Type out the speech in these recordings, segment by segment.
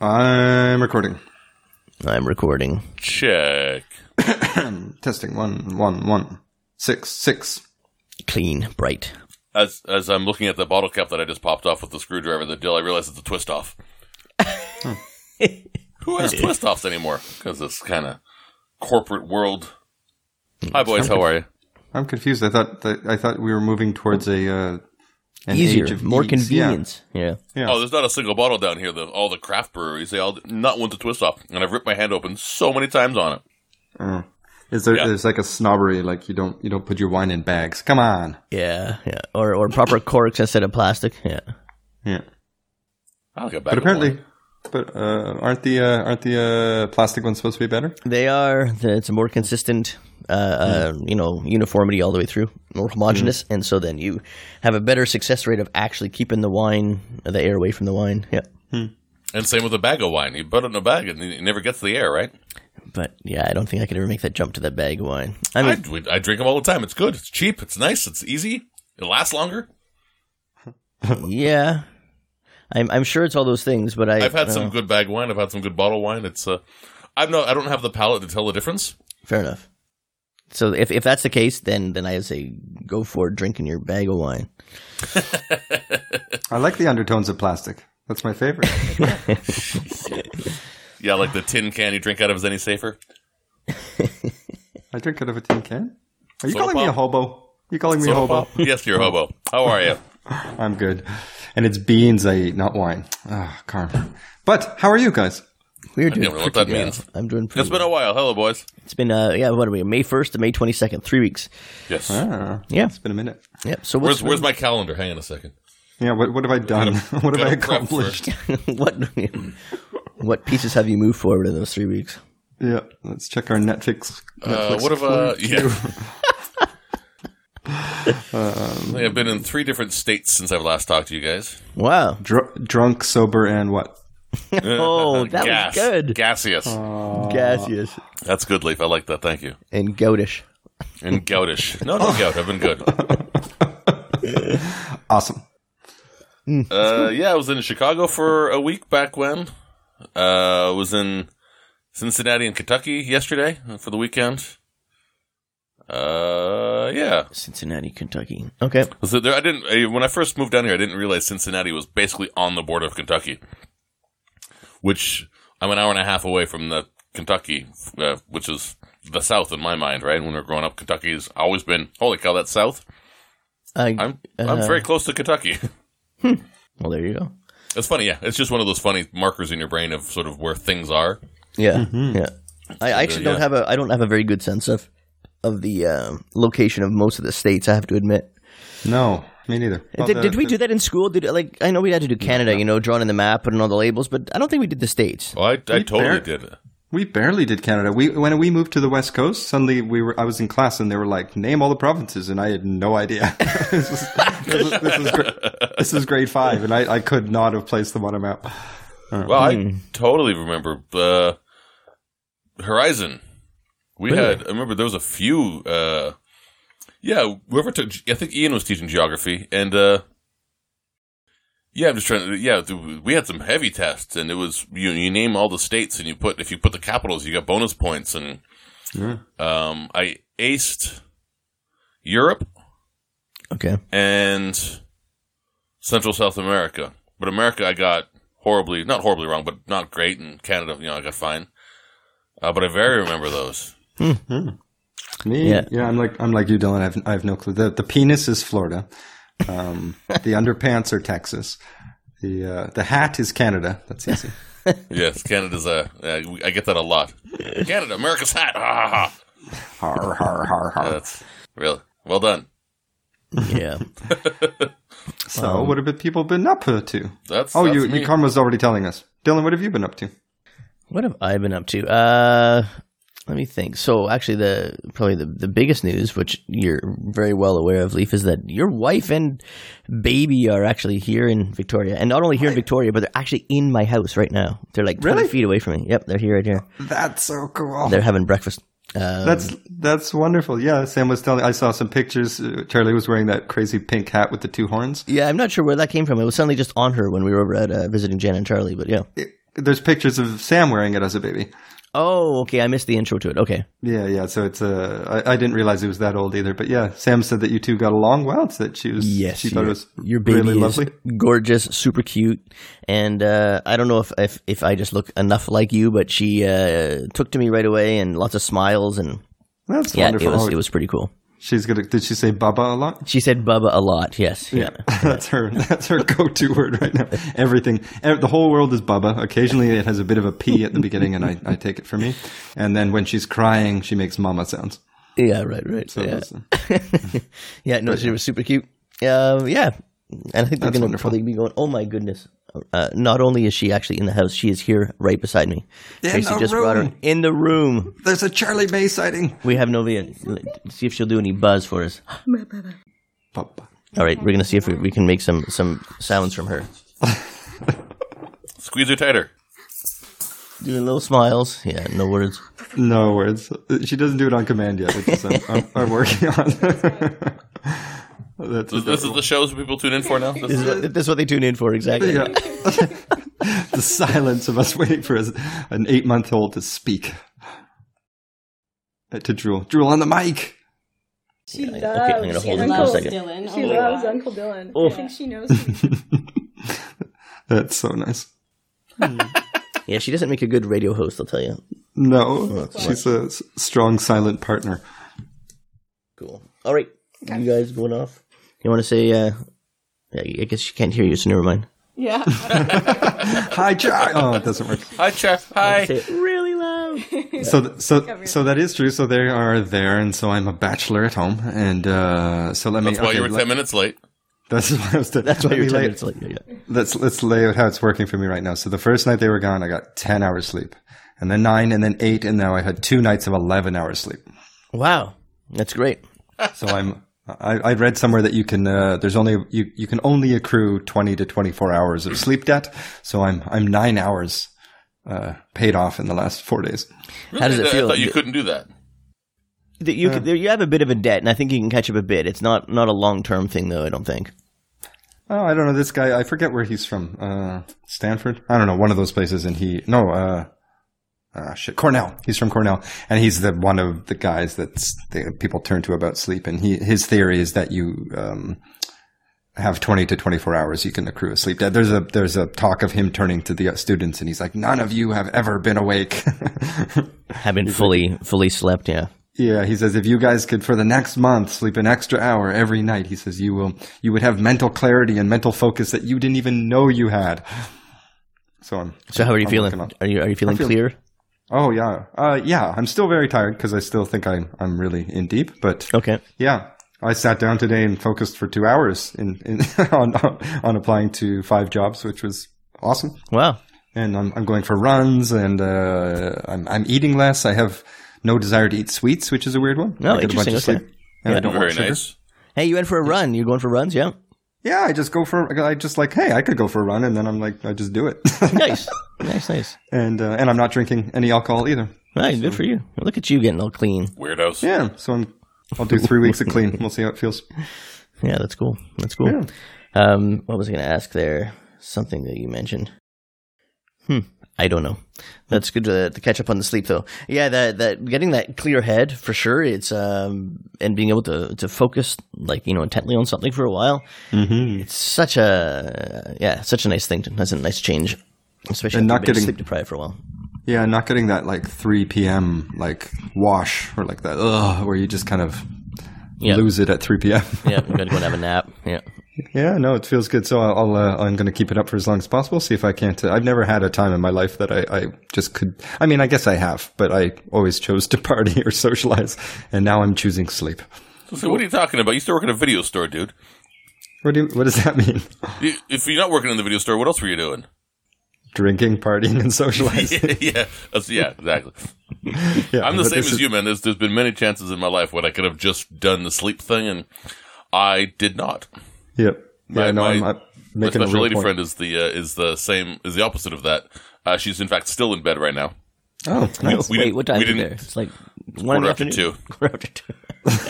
I'm recording. I'm recording. Check. Testing one one one six six. Clean, bright. As as I'm looking at the bottle cap that I just popped off with the screwdriver and the dill, I realize it's a twist off. Hmm. Who has twist offs anymore? Because this kind of corporate world. Hmm. Hi, boys. How are you? I'm confused. I thought that I thought we were moving towards a uh, an age Easier, of more ease. convenient. Yeah. Yeah. Oh, yeah. there's not a single bottle down here. The, all the craft breweries, they all not one to twist off, and I've ripped my hand open so many times on it. Mm. Is there Yeah. there's like a snobbery like you don't you don't put your wine in bags. Come on. Yeah, yeah. Or or proper corks instead of plastic. Yeah. Yeah. I'll get But back. to apparently one. but uh, aren't the uh, aren't the uh, plastic ones supposed to be better? They are the- it's a more consistent uh, uh you know, uniformity all the way through, more homogenous, and so then you have a better success rate of actually keeping the wine the air away from the wine. Yeah. and same with a bag of wine. You put it in a bag, and it never gets the air, right? But yeah, I don't think I could ever make that jump to that bag of wine. I I, mean we- I drink them all the time. It's good. It's cheap. It's nice. It's easy. It lasts longer. yeah. I'm I'm sure it's all those things, but I I've had uh, some good bag wine. I've had some good bottle wine. It's uh, I'm not. I don't have the palate to tell the difference. Fair enough. So if if that's the case, then then I say go for drinking your bag of wine. I like the undertones of plastic. That's my favorite. Yeah, like the tin can you drink out of is any safer. I drink out of a tin can. Are you Soda calling me a pop? hobo? You calling me a Soda hobo? pop? Yes, you're a hobo. How are you? I'm good. And it's beans I eat, not wine. Ah, karma. But how are you guys? We're don't doing know what pretty that well. means. I'm doing pretty. It's been well. a while. Hello, boys. it's been uh yeah what are we May first to May twenty second three weeks Yes. Ah, yeah it's been a minute. yep so what's Where's Where's my calendar? Hang on a second. Yeah, what, what have I done? what have I Gotta prep accomplished? first. what what pieces have you moved forward in those three weeks? Yeah, let's check our Netflix. Uh, Netflix what have uh, clue. yeah. Um, I've been in three different states since I've last talked to you guys. Wow Dr- drunk, sober, and what? oh that was Gas. good Gaseous. gaseous That's good, Leaf. I like that. Thank you. and goatish And goutish. No, no gout. I've been good. Awesome. Uh, yeah, I was in Chicago for a week back when. Uh, I was in Cincinnati and Kentucky yesterday for the weekend. Uh, yeah. Cincinnati Kentucky okay So there, I didn't I, when I first moved down here. I didn't realize Cincinnati was basically on the border of Kentucky, which I'm an hour and a half away from the Kentucky, uh, which is the South in my mind. Right when we were growing up, Kentucky's always been holy cow. That's South. I, I'm I'm uh, very close to Kentucky. well there you go it's funny, yeah. It's just one of those funny markers in your brain of sort of where things are. Yeah, yeah. Mm-hmm. I, I actually don't yeah. have a I don't have a very good sense of of the um, location of most of the states. I have to admit. No, me neither. Well, did, the- did we the- Mm, do that in school? Did like I know we had to do Canada, you know, drawing in the map and all the labels, but I don't think we did the states. Well, I, I totally fair. did it. We barely did Canada. We when we moved to the West Coast, suddenly we were. I was in class and they were like, "Name all the provinces," and I had no idea. this, is, this, is, this, is gra- this is grade five, and I, I could not have placed them on a map. Well, I totally remember uh, Horizon. We had. I remember there was a few. Uh, yeah, whoever took. ge- I think Ian was teaching geography, and uh, yeah, I'm just trying to. Yeah, th- we had some heavy tests, and it was you. You name all the states, and you put if you put the capitals, you got bonus points, and um, I aced Europe Okay, and Central South America. But America, I got horribly, not horribly wrong, but not great. And Canada, you know, I got fine. Uh, but I very remember those. Me? Yeah. Yeah. I'm like I'm like you, Dylan. I have I have no clue. The the penis is Florida. Um, the underpants are Texas. The uh, the hat is Canada. That's easy. Yes, Canada's a. Uh, we- I get that a lot. Canada, America's hat. Ha ha ha. har har har har. That's real. Well done. yeah. so what have people been up to? That's Oh, that's you me. you Karma's already telling us. Dylan, what have you been up to? what have I been up to? Uh, let me think. So actually, the probably the the biggest news, which you're very well aware of, Leaf, is that your wife and baby are actually here in Victoria, and not only here in Victoria, but they're actually in my house right now. They're like twenty Really? feet away from me. Yep, they're here right here. That's so cool. They're having breakfast. Um, That's that's wonderful. Yeah, Sam was telling. I saw some pictures. Uh, Charlie was wearing that crazy pink hat with the two horns. yeah, I'm not sure where that came from. It was suddenly just on her when we were over at uh, visiting Jan and Charlie, but yeah. It, there's pictures of Sam wearing it as a baby. Oh, okay. I missed the intro to it. Okay. Yeah, yeah. So it's uh, I, I didn't realize it was that old either. But yeah, Sam said that you two got along well. It's that she was Yes, she thought it was your baby really is lovely. gorgeous, super cute, and uh, I don't know if, if if I just look enough like you, but she uh, took to me right away, and lots of smiles, and That's yeah, wonderful. it was Oh, it was pretty cool. she's gonna. Did she say Baba a lot? She said Bubba a lot. Yes. Yeah. that's her. That's her go-to word right now. Everything. ev- The whole world is Baba. Occasionally, it has a bit of a P at the beginning, and I, I take it for me. And then when she's crying, she makes mama sounds. Yeah. Right. Right. So yeah. it's, uh, yeah. No, she was super cute. Um, yeah. And I think they're going to wonderful. probably be going. Oh my goodness! Uh, not only is she actually in the house, she is here right beside me. In Tracy the just brought her room. in the room. There's a Charlie May sighting. We have no idea. See if she'll do any buzz for us. Baba. All right, we're gonna see if we, we can make some some sounds from her. Squeeze her tighter. Doing little smiles. Yeah, no words. No words. She doesn't do it on command yet, which is I'm, I'm, I'm working on. That's This, this is the shows people tune in for now. This This is is, what, this is what they tune in for exactly. Yeah. the silence of us waiting for us, an eight month old to speak. Uh, To drool. Drool on the mic! She okay, loves. I'm gonna hold she it for a loves second. Dylan. Dylan. She Oh my loves God. Uncle Dylan. Oh. I think she knows. him. That's so nice. Yeah, she doesn't make a good radio host, I'll tell you. Oh, No, she's a s- strong silent partner. Cool. All right, you guys going off? You want to say? uh yeah, I guess she can't hear you, so never mind. yeah. Hi, Jack! Oh, it doesn't work. hi, Jeff. Hi. Say it really loud. so th- so so that is true. So they are there, and so I'm a bachelor at home, and uh, so let me. That's why okay, you were let- ten minutes late. That's why I was. That's why you're ten late. minutes late. Yeah, yeah. Let's let's lay out how it's working for me right now. So the first night they were gone, I got ten hours sleep, and then nine, and then eight, and now I had two nights of eleven hours sleep. Wow, that's great. So I'm. I, I read somewhere that you can uh, there's only you, you can only accrue 20 to 24 hours of sleep debt. So I'm I'm nine hours uh, paid off in the last four days. How does it I feel? thought you couldn't do that. That you could- you have a bit of a debt, and I think you can catch up a bit. It's not not a long term thing, though. I don't think. Oh, I don't know this guy. I forget where he's from. Uh, Stanford. I don't know one of those places. And he no, uh, ah, shit, Cornell. He's from Cornell, and he's the one of the guys that people turn to about sleep. And he his theory is that you um, have twenty to twenty four hours you can accrue a sleep debt. There's a there's a talk of him turning to the uh, students, and he's like, none of you have ever been awake. Have been fully fully slept. Yeah. Yeah, he says if you guys could for the next month sleep an extra hour every night, he says you will you would have mental clarity and mental focus that you didn't even know you had. So I'm So how are you I'm feeling? working on- Are you are you feeling feel- clear? Oh yeah. Uh yeah, I'm still very tired cuz I still think I'm I'm really in deep, but Okay. yeah. I sat down today and focused for 2 hours in, in on on applying to five jobs, which was awesome. Wow. and I'm, I'm going for runs and uh, I'm, I'm eating less. I have no desire to eat sweets, which is a weird one. Oh, I interesting, okay. and Yeah. I don't want Very sugar. nice. Hey, you went for a run. You're going for runs, yeah? Yeah, I just go for. I just like, hey, I could go for a run, and then I'm like, I just do it. Nice, nice, nice. and uh, and I'm not drinking any alcohol either. Nice, good for you. Look at you getting all clean. Weirdos. Yeah, so I'm. I'll do three weeks of clean. We'll see how it feels. Yeah, that's cool. That's cool. Um, what was I going to ask there? Something that you mentioned. Hmm. I don't know. That's good to, to catch up on the sleep though. Yeah, that that getting that clear head for sure. It's um and being able to to focus like you know intently on something for a while. Mm-hmm. It's such a yeah, such a nice thing. To, that's a nice change, especially And after not being getting- sleep deprived for a while. Yeah, not getting that like 3 p.m. like wash or like that ugh, where you just kind of Yeah, lose it at 3 p.m. yeah. You gotta go and have a nap. Yeah. Yeah, no, it feels good. So I'll, I'll uh, I'm going to keep it up for as long as possible. See if I can't. Uh, I've never had a time in my life that I, I just could. I mean, I guess I have, but I always chose to party or socialize, and now I'm choosing sleep. So what are you talking about? You still work at a video store, dude. What do you, What does that mean? You- If you're not working in the video store, what else were you doing? Drinking, partying, and socializing. yeah, that's, yeah, exactly. Yeah, I'm the but same this as is- you, man. There's, there's been many chances in my life when I could have just done the sleep thing, and I did not. Yep. Yeah, My- no, my- I'm, I'm My making a special real lady point. friend is the uh, is the same is the opposite of that. Uh, she's in fact still in bed right now. Oh, nice. We Wait, didn't- what time we is it didn't- there? It's like one in the quarter after afternoon. Quarter after two.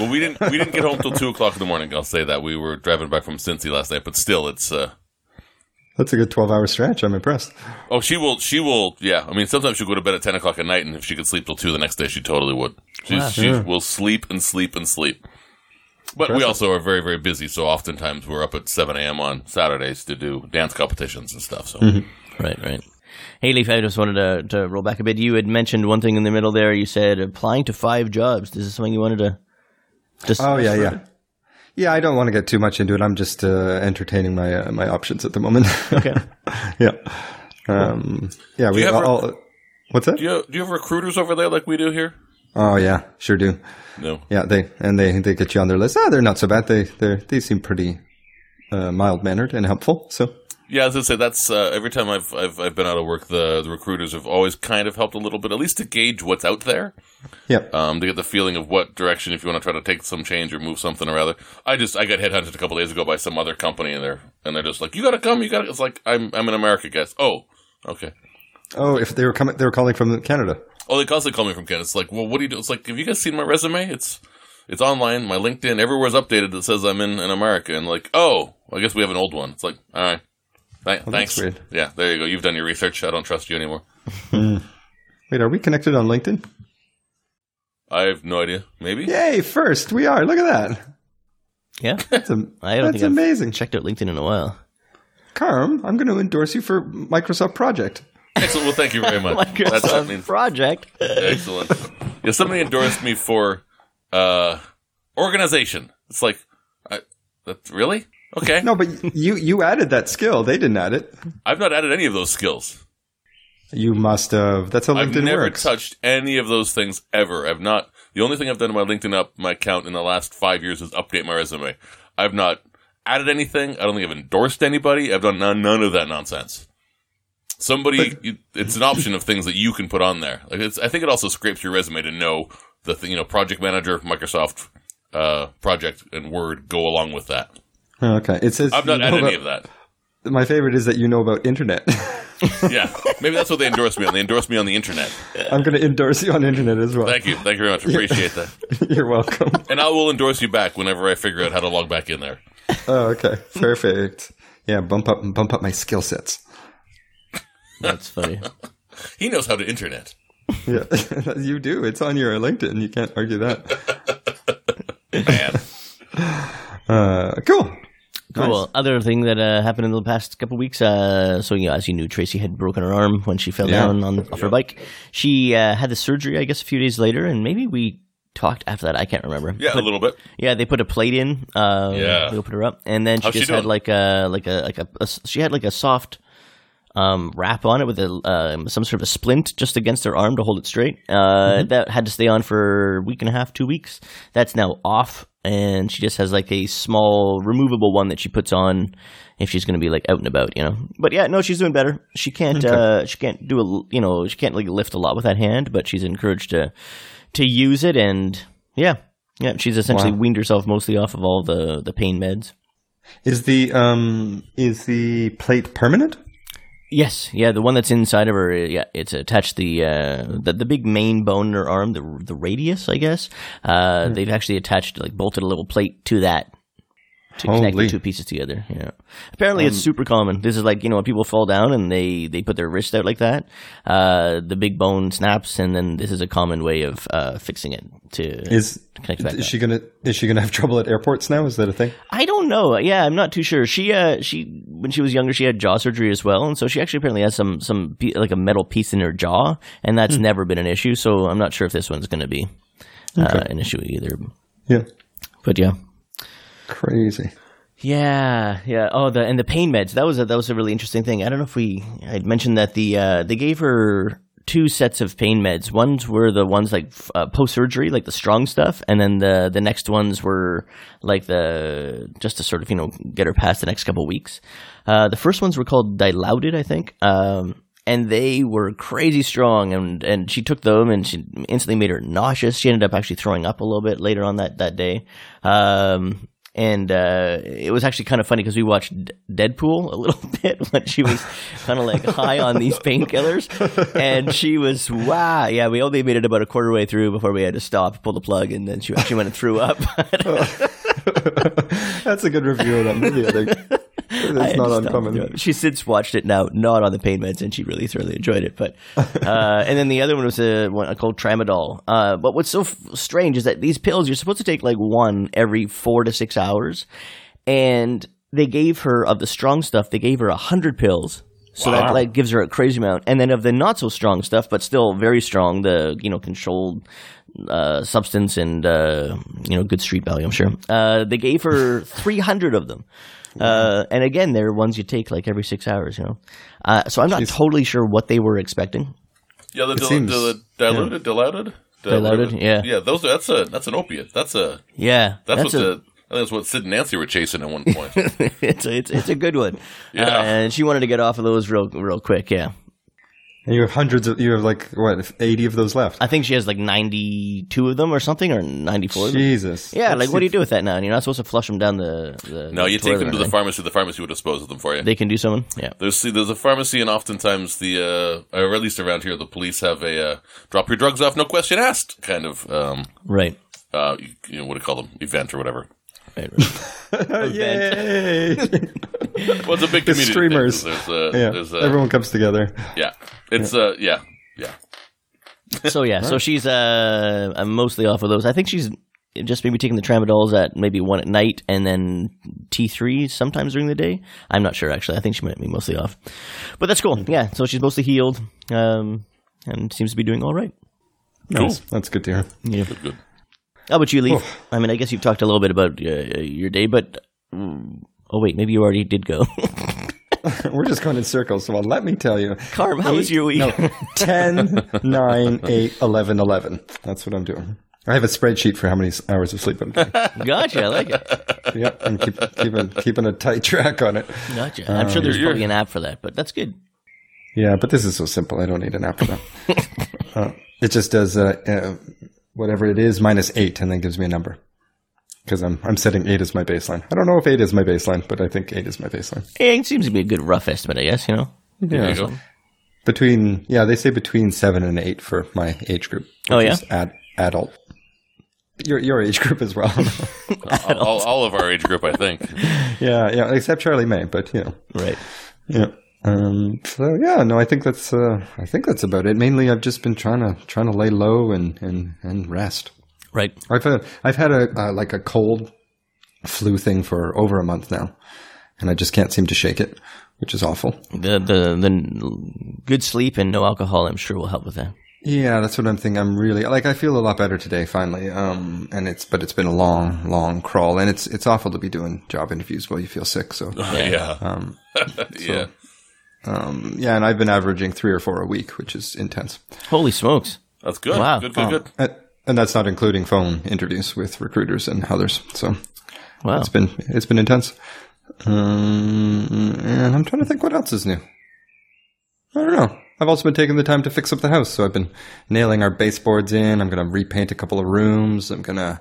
Well, we didn't we didn't get home till two o'clock in the morning. I'll say that we were driving back from Cincy last night, but still, it's uh, That's a good 12 hour stretch. I'm impressed. Oh, she will. She will. Yeah. I mean, sometimes she'll go to bed at ten o'clock at night, and if she could sleep till two the next day, she totally would. She's, Wow. She Yeah. will sleep and sleep and sleep. But we Impressive. also are very, very busy, so oftentimes we're up at seven a.m. on Saturdays to do dance competitions and stuff. So Right, right. Hey, Leaf, I just wanted to, to roll back a bit. You had mentioned one thing in the middle there. You said applying to five jobs. This is something you wanted to just. Oh, yeah, yeah. Yeah, I don't want to get too much into it. I'm just uh, entertaining my uh, my options at the moment. Okay. yeah. Um, yeah, we you have all, a- What's do that? you have, do you have recruiters over there like we do here? Oh, yeah, sure do. No. Yeah, they and they they get you on their list. Ah, they're not so bad. They they they seem pretty uh, mild mannered and helpful. So Yeah, as I say, that's uh, every time I've, I've I've been out of work, the the recruiters have always kind of helped a little bit, at least to gauge what's out there. yeah, um, to get the feeling of what direction if you want to try to take some change or move something or other. I just I got headhunted a couple days ago by some other company and they're and they're just like you got to come you got to it's like I'm I'm in America guys oh okay Oh, if they were coming, they were calling from Canada. oh they constantly call me from Canada it's like well what do you do it's like have you guys seen my resume it's it's online my LinkedIn everywhere's updated that says I'm in in America and like oh I guess we have an old one it's like all right Th- that's thanks weird. yeah there you go you've done your research I don't trust you anymore Wait, are we connected on LinkedIn? I have no idea maybe Yay! First, we are. Look at that. Yeah. That's, am- I don't that's think I've amazing. checked out LinkedIn in a while. Carm, I'm going to endorse you for Microsoft Project. excellent well thank you Oh very much that's what it Microsoft means project. Excellent. Yeah, somebody endorsed me for uh, organization. It's like, I, that, really? Okay. No, but you you added that skill. They didn't add it. I've not added any of those skills. You must have. That's how I've LinkedIn never works. touched any of those things ever. I've not. The only thing I've done to my LinkedIn up my account in the last five years is update my resume. I've not added anything. I don't think I've endorsed anybody. I've done none, none of that nonsense. Somebody, you- it's an option of things that you can put on there. Like it's, I think it also scrapes your resume to know the thing, you know, project manager, Microsoft uh, project, and Word go along with that. Oh, okay, it says I've not you know added any of about- that. My favorite is that you know about internet. Yeah, maybe that's what they endorsed me on. They endorsed me on the internet. I'm going to endorse you on internet as well. Thank you, thank you very much. Appreciate that. You're welcome. And I will endorse you back whenever I figure out how to log back in there. oh, okay, perfect. Yeah, bump up bump up my skill sets. That's funny. He knows how to internet. Yeah, you do. It's on your LinkedIn. You can't argue that. Man. Uh, cool. Cool. Other thing that uh, happened in the past couple weeks. Uh, so, yeah, as you knew, Tracy had broken her arm when she fell Yeah. down on off her bike. She uh, had the surgery, I guess, a few days later, and maybe we talked after that. I can't remember. Yeah, a little bit. Yeah, they put a plate in. Um, Yeah. they opened her up, and then she How's she just had doing? like a like a like a, a- she had like a soft um, wrap on it with a um, some sort of a splint just against her arm to hold it straight. Uh, Mm-hmm. That had to stay on for a week and a half, two weeks. That's now off, and she just has like a small removable one that she puts on if she's going to be like out and about, you know. But yeah, no, she's doing better. She can't uh, she can't do a l- you know she can't like lift a lot with that hand, but she's encouraged to to use it and yeah. Yeah, she's essentially Wow. weaned herself mostly off of all the, the pain meds. Is the um is the plate permanent? Yes, yeah, the one that's inside of her, uh, yeah, it's attached the uh, the, the big main bone in her arm, the the radius, I guess. Uh, Hmm. They've actually attached, like, bolted a little plate to that to connect the Holy. Um, two pieces together. Yeah, apparently it's super common. This is like you know when people fall down and they they put their wrist out like that, uh, the big bone snaps, and then this is a common way of uh, fixing it to Is connect back. is she gonna is she gonna have trouble at airports now? Is that a thing? I don't know. Yeah, I'm not too sure. She uh she when she was younger she had jaw surgery as well, and so she actually apparently has some some pe- like a metal piece in her jaw, and that's never been an issue. So I'm not sure if this one's going to be uh, an issue either. Yeah, But yeah. crazy. Yeah, yeah. Oh, the and the pain meds. That was a, that was a really interesting thing. I don't know if we I'd mentioned that the uh, they gave her two sets of pain meds. Ones were the ones like f- uh, post surgery, like the strong stuff, and then the the next ones were like the just to sort of you know get her past the next couple weeks. Uh, the first ones were called dilaudid, I think. Um, and they were crazy strong and and she took them and she instantly made her nauseous she ended up actually throwing up a little bit later on that that day um and uh, it was actually kind of funny because we watched D- Deadpool a little bit when she was kind of like high on these painkillers, and she was wow, yeah. We only made it about a quarter way through before we had to stop, pull the plug, and then she actually went and threw up. That's a good review of that movie. I think. That's I not understand. uncommon. She's since watched it now, not on the pain meds, and she really thoroughly enjoyed it. But uh, and then the other one was a one called tramadol. Uh, but what's so f- strange is that these pills you're supposed to take like one every four to six hours, and they gave her of the strong stuff. They gave her a hundred pills. So that Wow. like gives her a crazy amount, and then of the not so strong stuff, but still very strong, the you know controlled uh, substance and uh, you know good street value, I'm sure. Uh, they gave her 300 of them, uh, and again, they're ones you take like every six hours, you know. Uh, so I'm not totally sure what they were expecting. Yeah, the dil- seems- dil- diluted, diluted, Diluted, yeah. yeah. Those are, that's a that's an opiate. That's a Yeah, that's, that's what a- the I think that's what Sid and Nancy were chasing at one point. it's, a, it's it's a good one. Yeah. Uh, and she wanted to get off of those real real quick. Yeah, And you have hundreds of, you have like, what, 80 of those left? I think she has like 92 of them or something, or 94. Of them. Jesus. Yeah, like what do you That's- do with that now? And you're not supposed to flush them down the. the no, you take toilet them or to the anything. pharmacy. The pharmacy will dispose of them for you. They can do someone. Yeah. There's see, there's a pharmacy, and oftentimes the uh, or at least around here, the police have a uh, drop your drugs off, no question asked kind of um, Right. uh, you, you know what do you call them event or whatever. Right. right. Yay! Well, it's a big community. thing, streamers. 'cause There's a, yeah, there's uh, a, everyone comes together. yeah. It's uh yeah yeah. so yeah, so she's uh I'm mostly off of those. I think she's just maybe taking the tramadols at maybe one at night and then T three sometimes during the day. I'm not sure actually. I think she might be mostly off, but that's cool. Yeah, so she's mostly healed um, and seems to be doing all right. Cool. Nice. That's good to hear. Good, good. How about you, Leaf? I mean, I guess you've talked a little bit about uh, your day, but mm, oh wait, maybe you already did go. We're just going in circles. Well, let me tell you. Carm, how was Eight- your week? No, 10, 9, 8, 11, 11. That's what I'm doing. I have a spreadsheet for how many s- hours of sleep I'm getting. Gotcha, I like it. yep, and keep, keeping, keeping a tight track on it. Gotcha. I'm sure there's probably an app for that, but that's good. Yeah, but this is so simple. I don't need an app for that. uh, it just does uh, uh, whatever it is minus eight, and then gives me a number. Because I'm I'm setting eight as my baseline. I don't know if eight is my baseline, but I think eight is my baseline. It seems to be a good rough estimate, I guess. You know. There you Yeah, go. between yeah, they say between seven and eight for my age group. Oh, which yeah? is ad, adult. Your your age group as well. All, all, all of our age group, I think. yeah, yeah, except Charlie May, but you know. Right. Yeah. Um, so yeah, no, I think that's uh, I think that's about it. Mainly, I've just been trying to trying to lay low and and and rest. Right. I've had I've had a uh, like a cold flu thing for over a month now, and I just can't seem to shake it, which is awful. the the the good sleep and no alcohol i'm sure will help with that Yeah, that's what I'm thinking. I'm really like I feel a lot better today finally. Um, and it's but it's been a long, long crawl, and it's it's awful to be doing job interviews while you feel sick. So Yeah. yeah. um, yeah, and I've been averaging three or four a week, which is intense, holy smokes That's good. Wow. Good, good, good. and, uh, and that's not including phone interviews with recruiters and others. So wow it's been it's been intense. Um, and I'm trying to think what else is new. I don't know. I've also been taking the time to fix up the house, so I've been nailing our baseboards in. I'm gonna repaint a couple of rooms. I'm gonna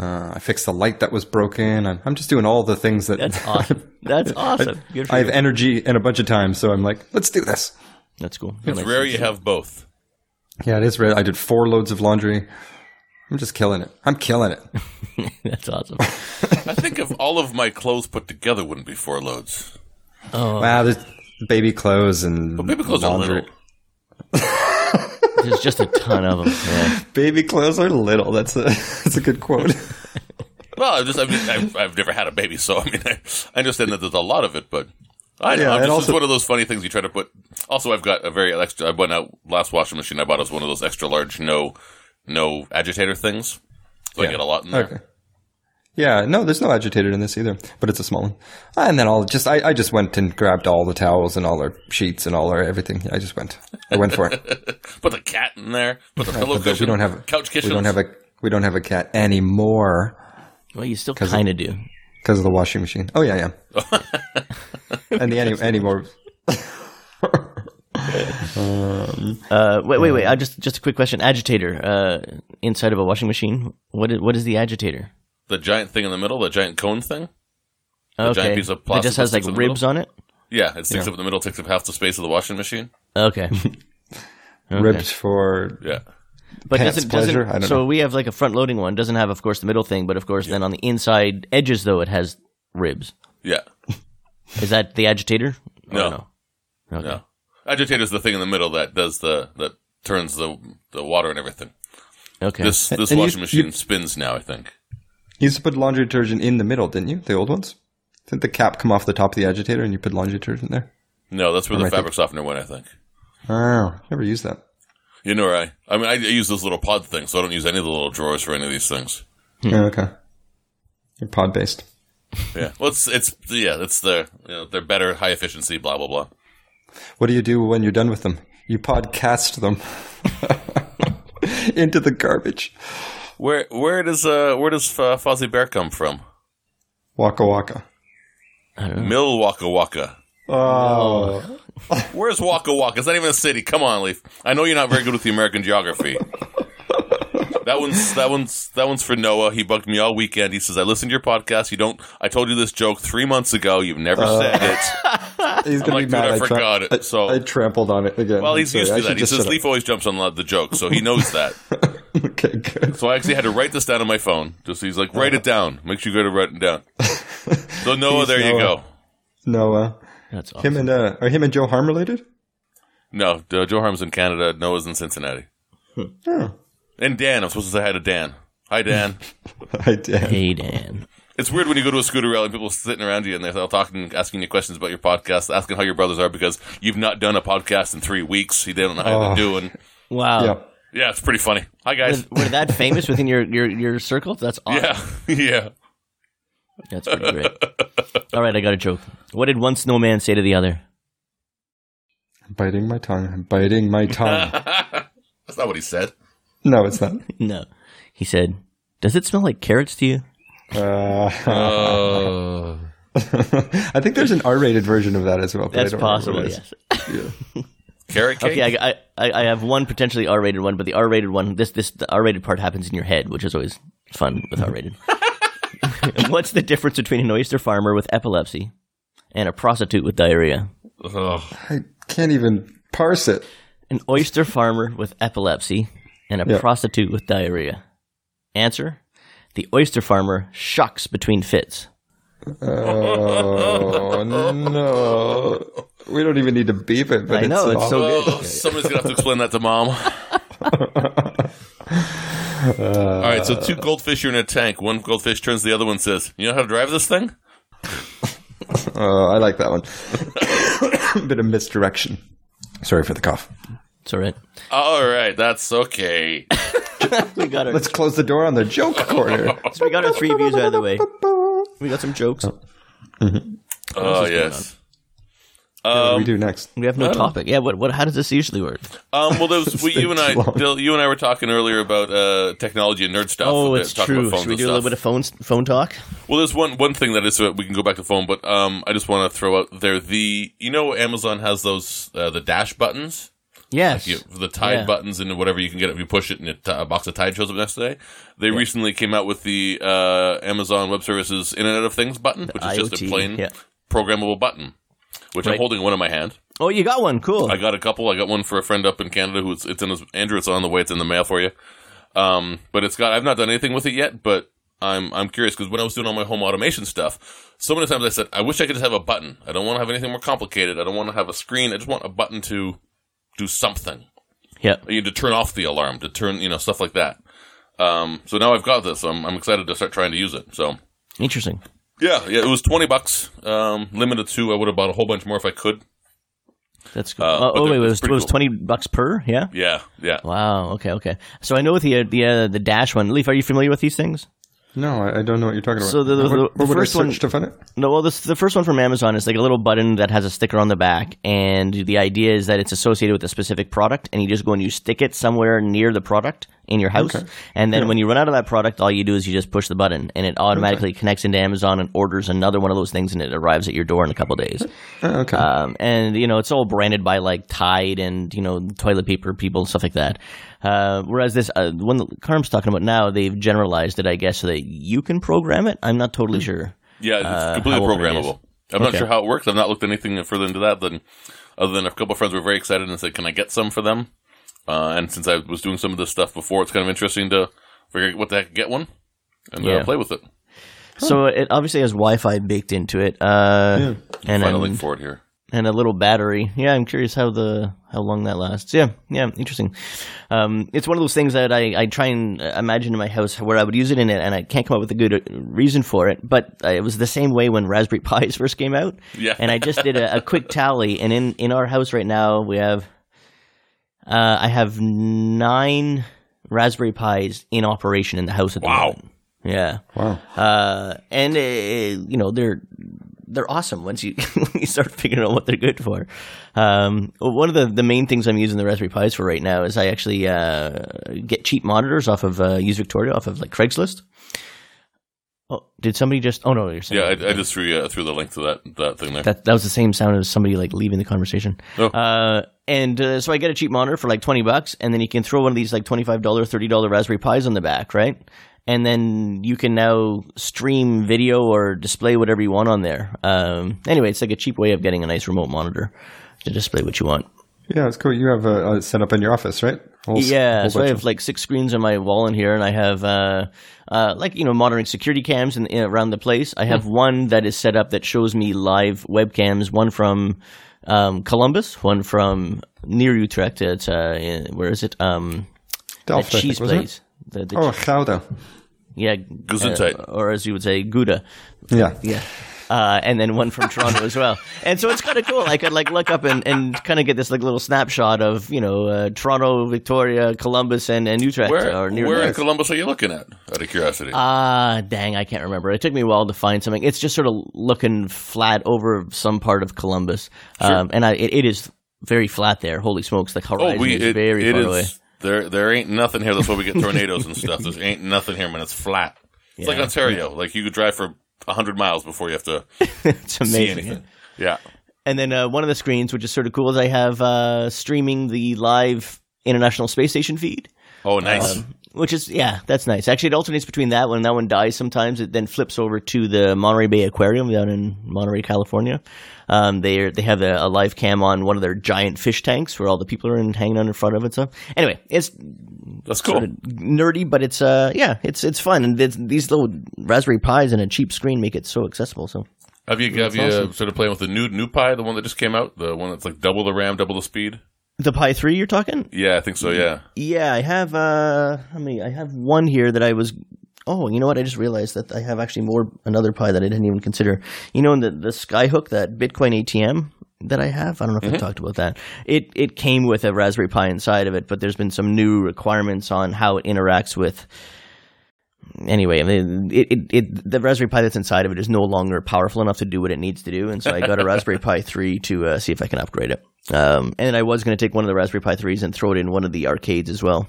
uh, I fixed the light that was broken. I'm, I'm just doing all the things that that's awesome that's awesome good for I have you energy and a bunch of time, so I'm like, let's do this. that's cool That It's makes rare sense. you have both. Yeah, it is. Real. I did four loads of laundry. I'm just killing it. I'm killing it. that's awesome I think if all of my clothes put together wouldn't be four loads. Wow, there's baby clothes and Maybe clothes are laundry. little. there's just a ton of them yeah. Baby clothes are little. That's a that's a good quote. Well, I just I mean I've, I've never had a baby, so I mean I, I understand that there's a lot of it, but I know Yeah, I'm and just, it's also- one of those funny things you try to put. Also, I've got a very extra. I went out last washing machine I bought was one of those extra large no no agitator things, so I get a lot in there. Okay. Yeah, no, there's no agitated in this either, but it's a small one. Ah, And then I'll just, I, I just went and grabbed all the towels and all our sheets and all our everything. I just went, I went for it. Put the cat in there. Put the pillow But we cushion. don't have couch We cushion. don't have a, we don't have a cat anymore well you still kind of do because of the washing machine. Oh yeah, yeah. and the any anymore. uh wait wait wait i just just a quick question agitator uh inside of a washing machine what is, what is the agitator the giant thing in the middle. The giant cone thing. okay giant piece of it plastic just has that like sticks in the ribs on it Yeah, it sticks up in the middle, takes up half the space of the washing machine. okay Ripped for Yeah. But Pants doesn't, doesn't pleasure? I don't so know. we have like a front loading one. Doesn't have, of course, the middle thing, but of course, then on the inside edges though it has ribs. Yeah. Is that the agitator? Or No. no? Okay. No. Agitator's the thing in the middle that does the that turns the the water and everything. Okay. This this And you- washing machine you- spins now, I think. You used to put laundry detergent in the middle, didn't you? The old ones? Didn't the cap come off the top of the agitator and you put laundry detergent there? No, that's where Or the I think- fabric softener went, I think. Oh, never used that. You know, I I mean I, I use this little pod thing, so I don't use any of the little drawers for any of these things. Oh, okay. You're pod based. Yeah. Well it's it's yeah, it's the you know, they're better, high efficiency, blah blah blah. What do you do when you're done with them? You podcast them into the garbage. Where where does uh where does uh, Fozzie Bear come from? Waka waka. I don't know. Mill Waka Waka. Oh, Where's Waka Waka? It's not even a city. Come on, Leaf. I know you're not very good with the American geography. That one's that one's that one's for Noah. He bugged me all weekend. He says, "I listened to your podcast. You don't. I told you this joke three months ago. You've never Uh, said it. he's gonna Oh. like, be dude, mad. I tra- forgot it, I- so- I trampled on it again. Well, I'm he's sorry. used I to should that. He just says shut Leaf always jumps on lo- the joke, so he knows that. up. Okay, good. So I actually had to write this down on my phone. Just he's like, write it down. Make sure you go to write it down. So Noah, He's there you Uh-huh. Noah. go. Noah, That's awesome. uh, him and uh, are him and Joe Harm related? No, uh, Joe Harm's in Canada. Noah's in Cincinnati. Oh, And Dan, I'm supposed to say hi to Dan. Hi, Dan. I did. Hey Dan. It's weird when you go to a scooter rally and people sitting around you and they're all talking, asking you questions about your podcast, asking how your brothers are because you've not done a podcast in three weeks. You don't know how Oh. they're doing. Wow. Yeah. Yeah, it's pretty funny. Hi, guys. Were were that famous within your, your, your circle? That's awesome. Yeah, yeah. That's pretty great. All right, I got a joke. What did one snowman say to the other? I'm biting my tongue. I'm biting my tongue. That's not what he said. no, it's not. No. He said, Does it smell like carrots to you? Uh, Oh. I think there's an R-rated version of that as well. but I That's don't remember possible, what it is. yes. Carrot cake? Okay, I, I, I have one potentially R rated one, but the R rated one, this, this, the R rated part happens in your head, which is always fun with R rated. What's the difference between an oyster farmer with epilepsy and a prostitute with diarrhea? Oh. Ugh. I can't even parse it. An oyster farmer with epilepsy and a Yeah. prostitute with diarrhea. Answer The oyster farmer shocks between fits. Oh no! We don't even need to beep it. But I know, it's so awful. Oh, somebody's going to have to explain that to mom. All right, so two goldfish are in a tank. One goldfish turns to the other one and says, You know how to drive this thing? Oh, I like that one. Bit of misdirection. Sorry for the cough. It's all right. All right, that's okay. We got our, Let's close the door on the joke corner. so we got our three views out of the way. We got some jokes. Oh, yes. what do we do Um, next? We have no topic. Yeah, what, what, how does this usually work? Um, well, there was, we, you and I, It's long. Bill, you and I were talking earlier about uh, technology and nerd stuff. Oh, a bit, it's talking true. about phones Should we and do a little stuff. bit of phone phone talk? Well, there's one one thing that is uh, we can go back to phone, but um, I just want to throw out there the you know Amazon has those uh, the dash buttons, Yes. you, the Tide Yeah. buttons, and whatever you can get if you push it, and it, uh, a box of Tide shows up next day. They recently came out with the uh, Amazon Web Services Internet of Things button, which is just a IoT, plain yeah. programmable button, which I'm Right. holding one in my hand. Oh, you got one. Cool. I got a couple. I got one for a friend up in Canada who's it's in his Andrew. It's on the way. It's in the mail for you. Um, but it's got. I've not done anything with it yet, but I'm I'm curious because when I was doing all my home automation stuff, so many times I said I wish I could just have a button. I don't want to have anything more complicated. I don't want to have a screen. I just want a button to do something. yeah. You know, to turn off the alarm, to turn you know stuff like that. Um, so now I've got this. I'm I'm excited to start trying to use it. So Interesting. yeah, yeah, it was twenty bucks, um, limited to. I would have bought a whole bunch more if I could. That's cool. Uh, oh, but oh, wait, it they're- was, it's pretty it was cool. twenty bucks per. Yeah. Yeah, yeah. Wow. Okay. Okay. So I know with the uh, the uh, the dash one. Leaf, are you familiar with these things? No, I, I don't know what you're talking about. So the- the- What- the- what the would I first one- search to find it? No, well, this, the first one from Amazon is like a little button that has a sticker on the back, and the idea is that it's associated with a specific product, and you just go and you stick it somewhere near the product in your house, and then when you run out of that product, all you do is you just push the button, and it automatically connects into Amazon and orders another one of those things, and it arrives at your door in a couple days. Oh, okay. Um, and you know, it's all branded by like Tide and you know toilet paper people and stuff like that. Uh, whereas this uh, the one that Carm's talking about now, they've generalized it, I guess, so that you can program it. I'm not totally sure. Yeah, it's completely Uh, how open it programmable. I'm not Okay. sure how it works. I've not looked anything further into that than other than a couple of friends were very excited and said, "Can I get some for them?" Uh, and since I was doing some of this stuff before, it's kind of interesting to figure out what the heck get one and uh, Yeah. play with it. So it obviously has Wi-Fi baked into it. Uh, And find a um, link for it here. and a little battery. Yeah, I'm curious how the how long that lasts. Yeah, yeah, interesting. Um, it's one of those things that I, I try and uh, imagine in my house where I would use it in it, and I can't come up with a good uh, reason for it. But uh, it was the same way when Raspberry Pis first came out, Yeah. and I just did a, a quick tally. And in in our house right now, we have uh, I have nine Raspberry Pis in operation in the house at the Wow. moment. Yeah Wow. uh, and uh, you know they're they're awesome once you you start figuring out what they're good for. Um, one of the, the main things I'm using the Raspberry Pis for right now is I actually uh, get cheap monitors off of uh, Use Victoria off of like Craigslist. Oh, did somebody just? Oh no, you're saying yeah, I, I just threw, uh, threw the link to that, that thing there. that that was the same sound as somebody like leaving the conversation. Oh. Uh, and uh, so I get a cheap monitor for like twenty bucks, and then you can throw one of these like twenty five dollar, thirty dollar Raspberry Pis on the back, right? And then you can now stream video or display whatever you want on there. Um, anyway, it's like a cheap way of getting a nice remote monitor to display what you want. Yeah, it's cool. You have a, a setup in your office, right? Whole s- Yeah, whole so I bunch have like six screens on my wall in here, and I have uh, uh, like you know monitoring security cams in, in- around the place. I have Hmm. one that is set up that shows me live webcams. One from um, Columbus, one from near Utrecht. It's uh, in- where is it? Um, of that Delft, I cheese think, wasn't it? place. The, the Oh, che- Gouda. yeah, Gesundheit. uh, or as you would say, Gouda. Yeah. Yeah. Uh, and then one from Toronto as well, and so it's kind of cool. I could like look up and, and kind of get this like little snapshot of you know uh, Toronto, Victoria, Columbus, and, and Utrecht Where, or near where there. in Columbus are you looking at? Out of curiosity. Ah, dang, I can't remember. It took me a while to find something. It's just sort of looking flat over some part of Columbus, um, and I, it, it is very flat there. Holy smokes, the horizon is very Oh, it far is- away. There, there ain't nothing here. That's why we get tornadoes and stuff. There ain't nothing here, man. It's flat. It's like Yeah. Ontario. Like you could drive for hundred miles before you have to It's see amazing. anything. Yeah. And then uh, one of the screens, which is sort of cool, is I have uh, streaming the live International Space Station feed. Oh, nice. Which is yeah, that's nice. Actually, it alternates between that one. That one dies sometimes. It then flips over to the Monterey Bay Aquarium down in Monterey, California. Um, they are, they have a, a live cam on one of their giant fish tanks where all the people are in, hanging out in front of it. and stuff. anyway, it's that's cool. sort of nerdy, but it's uh yeah, it's it's fun. And it's, these little Raspberry Pis and a cheap screen make it so accessible. So have you have you uh, started playing with the new new Pi, the one that just came out, the one that's like double the RAM, double the speed? the Pi three you're talking? Yeah, I think so. Yeah. Yeah, I have uh how many I have one here that I was Oh, you know what? I just realized that I have actually more another pie that I didn't even consider. You know in the the Skyhook, that Bitcoin ATM that I have, I don't know if I've talked about that. It it came with a Raspberry Pi inside of it, but there's been some new requirements on how it interacts with Anyway, I mean, it, it, it the Raspberry Pi that's inside of it is no longer powerful enough to do what it needs to do, and so I got a Raspberry Pi three to uh, see if I can upgrade it. Um, and I was going to take one of the Raspberry Pi threes and throw it in one of the arcades as well.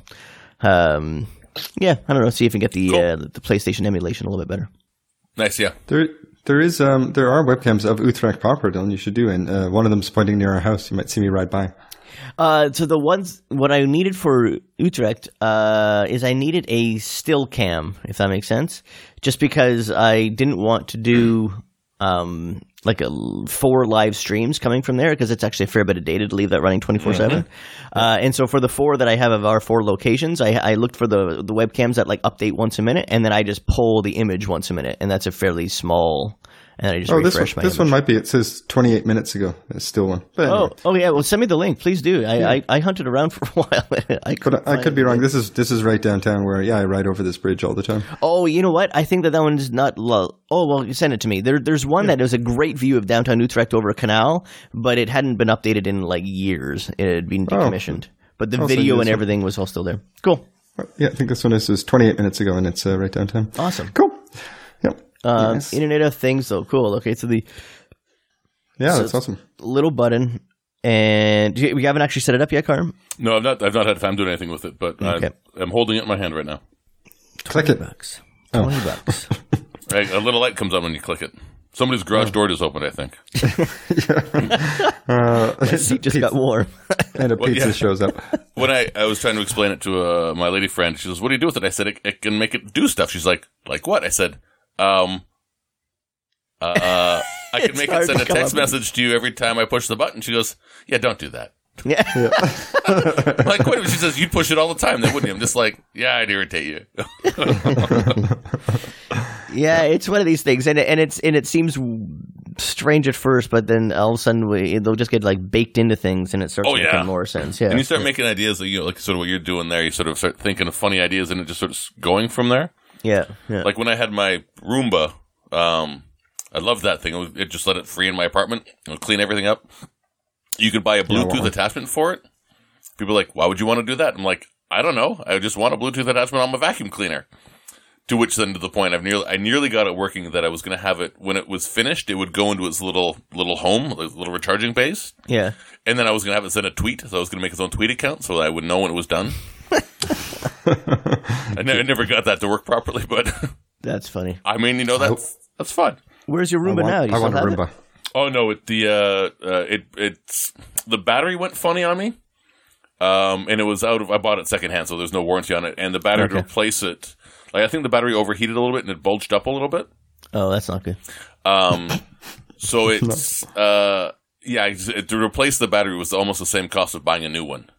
Um, yeah, I don't know. See if we can get the uh, the PlayStation emulation a little bit better. Nice. Yeah. There, there is, um, there are webcams of Utrecht proper, Dylan. You should do, and uh, one of them's pointing near our house. You might see me ride by. Uh, so the ones what I needed for Utrecht uh, is I needed a still cam, if that makes sense, just because I didn't want to do um, like a l- four live streams coming from there because it's actually a fair bit of data to leave that running twenty four seven. Uh, And so for the four that I have of our four locations, I, I looked for the the webcams that like update once a minute, and then I just pull the image once a minute, and that's a fairly small. And then I just Oh, this one, refresh my this image. one might be. It says 28 minutes ago. It's still one. But anyway. Oh, oh yeah. Well, send me the link, please do. I I, I hunted around for a while. I couldn't But I, I find could be it. wrong. This is this is right downtown where yeah I ride over this bridge all the time. Oh, you know what? I think that that one's not. Lo- oh well, you send it to me. There, there's one that is a great view of downtown Utrecht over a canal, but it hadn't been updated in like years. It had been decommissioned, but the Oh. so video you and said- everything was all still there. Cool, Yeah, I think this one is, is 28 minutes ago and it's uh, right downtown. awesome. Cool. Yep. Uh, Yes. Internet of Things, though. Cool. Okay, so the Yeah, so that's awesome. Little button, and do you- we haven't actually set it up yet, Carm. No, I've not. I've not had time doing anything with it, but Okay. I, I'm holding it in my hand right now. Click it. Bucks. Oh. Twenty bucks. Right, a little light comes on when you click it. Somebody's garage door just opened. I think. Uh, Seat just got warm. and a pizza yeah. shows up. when I, I was trying to explain it to uh, my lady friend, she goes, "What do you do with it?" I said, it, "It can make it do stuff." She's like, "Like what?" I said, "Um, uh, uh, I can It's make it hard send to a come text up with. message to you every time I push the button." She goes, "Yeah, don't do that." yeah. I'm like, wait a minute. She says, "You'd push it all the time, then wouldn't you?" I'm just like, "Yeah, I'd irritate you." Yeah, it's one of these things, and it- and it's and it seems strange at first, but then all of a sudden we, they'll just get like baked into things, and it starts Oh, making yeah. more sense. Yeah, And you start making ideas, like, you know, like sort of what you're doing there. You sort of start thinking of funny ideas and it just sort of s- going from there. yeah, yeah. Like when I had my Roomba, um, I loved that thing. It, was, it just let it free in my apartment. It would clean everything up. You could buy a Yeah, I want Bluetooth one. attachment for it. People are like, why would you want to do that? I'm like, I don't know. I just want a Bluetooth attachment on my vacuum cleaner. To which then to the point I've nearly I nearly got it working that I was going to have it when it was finished. It would go into its little little home, like, little recharging base, yeah. and then I was going to have it send a tweet. So I was going to make its own tweet account so that I would know when it was done. I, ne- I never got that to work properly, but That's funny. I mean, you know, that's that's fun. Where's your I Roomba want, now? Do you I still want a have it? Roomba. Oh no! It the uh, uh it it's the battery went funny on me, um, and it was out of I bought it secondhand, so there's no warranty on it, and the battery to Okay. replace it, like I think the battery overheated a little bit and it bulged up a little bit. Oh, that's not good. Um, so it's uh yeah it's- it, to replace the battery was almost the same cost of buying a new one.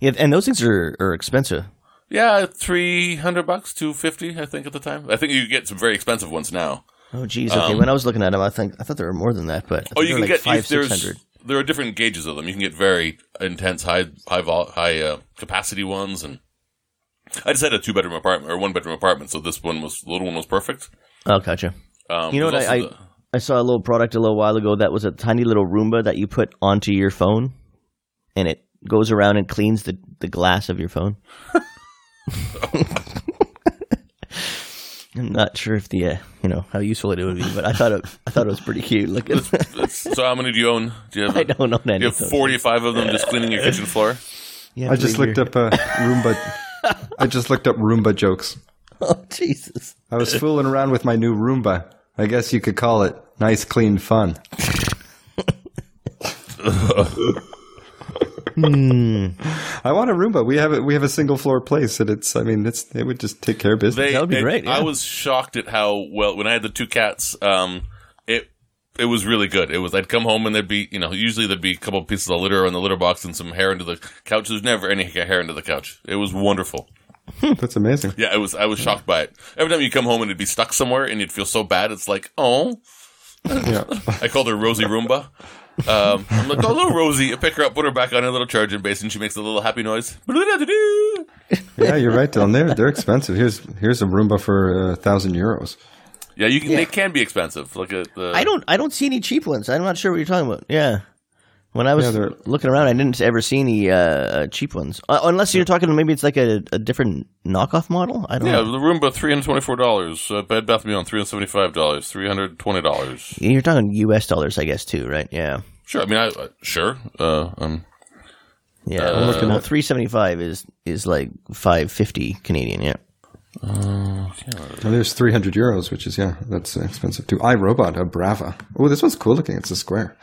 Yeah, and those things are, are expensive. Yeah, three hundred bucks, two fifty, I think at the time. I think you get some very expensive ones now. Oh, geez. Okay, when I was looking at them, I think I thought there were more than that, but I Um, think Oh, you they can were like get five five, six there's hundred. there are different gauges of them. You can get very intense, high high vol- high uh, capacity ones, and I just had a two bedroom apartment or one bedroom apartment, so this one was the little one was perfect. Oh, gotcha. Um, You know there's what I- also I saw a little product a little while ago that was a tiny little Roomba that you put onto your phone, and it goes around and cleans the, the glass of your phone. I'm not sure if the uh, you know how useful it would be, but I thought it I thought it was pretty cute. Look, at, the- so how many do you own? Do you have, I don't own do any. you of have those. forty five of them just cleaning your kitchen floor? Yeah, I just believe looked up a Roomba. I just looked up Roomba jokes. you're- Oh Jesus! I was fooling around with my new Roomba. I guess you could call it nice, clean fun. Hmm. I want a Roomba. We have a, we have a single floor place, and it's. I mean, it's it would just take care of business. They, That would be it- great, yeah. I was shocked at how well when I had the two cats. Um, it it was really good. It was I'd come home and there'd be you know usually there'd be a couple of pieces of litter on the litter box and some hair into the couch. There's never any hair into the couch. It was wonderful. That's amazing. Yeah, it was. I was shocked by it. Every time you come home and it'd be stuck somewhere and you'd feel so bad. It's like oh, Yeah. I called her Rosie Roomba. Um, I'm like, oh, little Rosie. I pick her up, put her back on her little charging base, and she makes a little happy noise. yeah, you're right, Dylan. They're they're expensive. Here's here's a Roomba for a thousand euros. Yeah, you can, they can be expensive. Look at the. I don't I don't see any cheap ones. I'm not sure what you're talking about. Yeah. When I was Yeah, they're- looking around, I didn't ever see any uh, cheap ones. Uh, unless you're talking maybe it's like a, a different knockoff model. I don't Yeah, know. the Roomba three hundred twenty-four dollars. Uh, Bed Bath and Beyond three hundred seventy-five dollars. Three hundred twenty dollars. You're talking U.S. dollars, I guess, too, right? Yeah, Sure. I mean, I, I sure. Uh, um, yeah. well, three seventy five is is like five fifty Canadian. Yeah. Well, there's 300 euros, which is yeah, that's uh, expensive too. iRobot, a Brava. Oh, this one's cool looking. It's a square.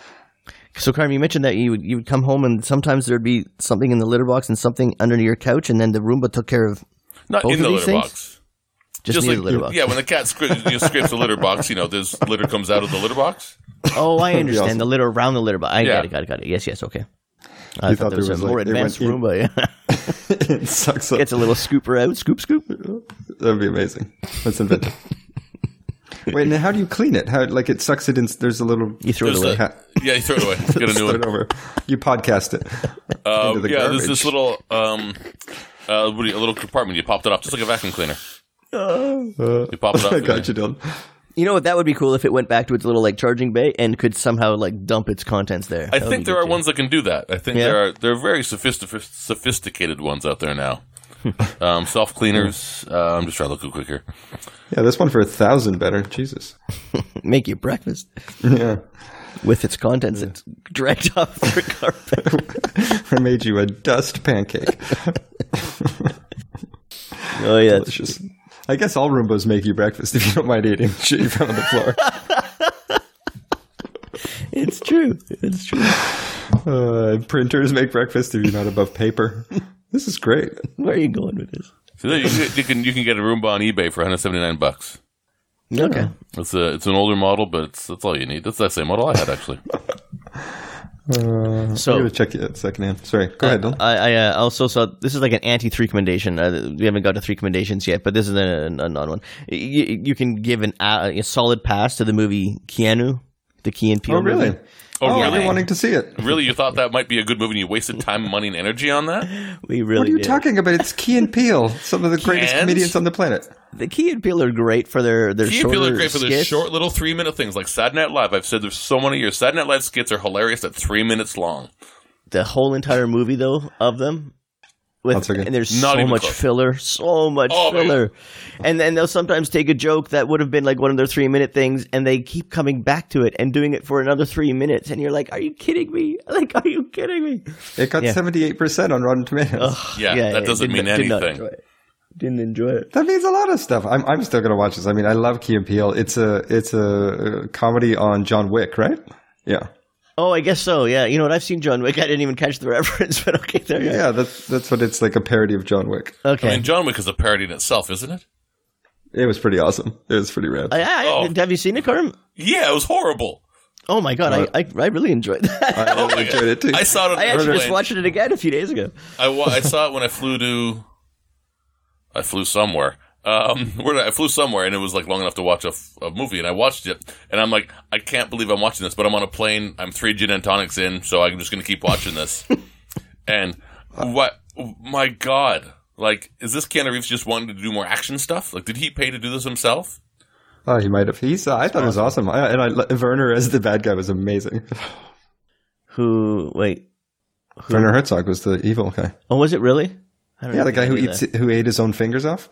So, Carmen, you mentioned that you would you would come home and sometimes there'd be something in the litter box and something under your couch, and then the Roomba took care of not Both in of the these litter things? box. just, near the litter box. yeah, when the cat scri- you know, scrapes the litter box, you know, there's litter comes out of the litter box. Oh, I understand awesome. the litter around the litter box. I Yeah. got it, got it, got it. Yes, yes, okay. I You thought, there was, a like- more they went advanced in- Roomba. Yeah. it sucks up. Gets a little scooper out, scoop, scoop. That'd be amazing. That's inventive. Wait, now how do you clean it? How like it sucks it in? There's a little. You throw it There's away. the- yeah, you throw it away. Get a new Throw one. it over. You podcast it. Uh, into the yeah, there's garbage. this little um, uh, what do you, a little compartment. You popped it up just like a vacuum cleaner. Uh, you pop it up. I in got you, there. Dylan. You know what? That would be cool if it went back to its little like charging bay and could somehow like dump its contents there. I That would be think there good, are too. ones that can do that. I think Yeah. there are there are very sophistic- sophisticated ones out there now. um, Self cleaners. Uh, I'm just trying to look quick here. Yeah, this one for a thousand better. Jesus. make you breakfast Yeah, with its contents. It's dragged off the carpet. I made you a dust pancake. oh yeah, it's- Delicious. I guess all Roombas make you breakfast if you don't mind eating shit you found on the floor. it's true. It's true. Uh, printers make breakfast if you're not above paper. This is great. Where are you going with this? So there you, can- you can you can get a Roomba on eBay for 179 bucks. Okay. It's a it's an older model, but it's, that's all you need. That's the same model I had actually. I'm So gonna check it out secondhand. Sorry, go ahead, Dylan. I, I Oh. uh, also saw this is like an anti three recommendation. Uh, we haven't got to three recommendations yet, but this is uh, a, a non one. You, you can give an a, a solid pass to the movie Keanu the Key and Peele. Oh, really? movie. Oh, I've really? been wanting to see it. Really, you thought that might be a good movie, and you wasted time, money, and energy on that? We really What are you did. talking about? It's Key and Peele, some of the greatest Cans? comedians on the planet. The Key and Peele are great for their their Key and shorter Peele are great for those skits. short little three minute things like Saturday Night Live. I've said there's so many years. Saturday Night Live skits are hilarious at three minutes long. the whole entire movie though of them. That's With, okay. and there's Not so even much close. filler, so much Oh, man. filler, and then they'll sometimes take a joke that would have been like one of their three minute things, and they keep coming back to it and doing it for another three minutes, and you're like, "Are you kidding me? Like, are you kidding me?" It got Yeah. 78% on Rotten Tomatoes. Ugh, Yeah, that doesn't did mean not- did not anything. enjoy it. Didn't enjoy it. That means a lot of stuff. I'm, I'm still going to watch this. I mean, I love Key and Peele. It's a, it's a uh, comedy on John Wick, right? Yeah. Oh, I guess so. Yeah, you know what? I've seen John Wick. I didn't even catch the reference, but okay, there you Yeah, go. that's, that's what it's like a parody of John Wick. Okay. I mean, John Wick is a parody in itself, isn't it? It was pretty awesome. It was pretty rad. I- I- Oh. Have you seen it, Carm? Yeah, it was horrible. Oh my god, I, I I really enjoyed that. I really Oh my enjoyed it too. I saw it on I the actually was airplane. watching it again a few days ago. I, wa- I saw it when I flew to. I flew somewhere. Um, where did I, I flew somewhere, and it was like long enough to watch a, f- a movie, and I watched it, and I'm like, I can't believe I'm watching this, but I'm on a plane. I'm three gin and tonics in, so I'm just gonna keep watching this. and what? My God! Like, is this Keanu Reeves just wanting to do more action stuff? Like, did he pay to do this himself? Oh, he might have. He's. Uh, I thought it was awesome. I, and I, Werner as the bad guy was amazing. Who? Wait. Werner Herzog was the evil guy. Oh, was it really? I don't Yeah, the think guy I who knew eats that. who ate his own fingers off.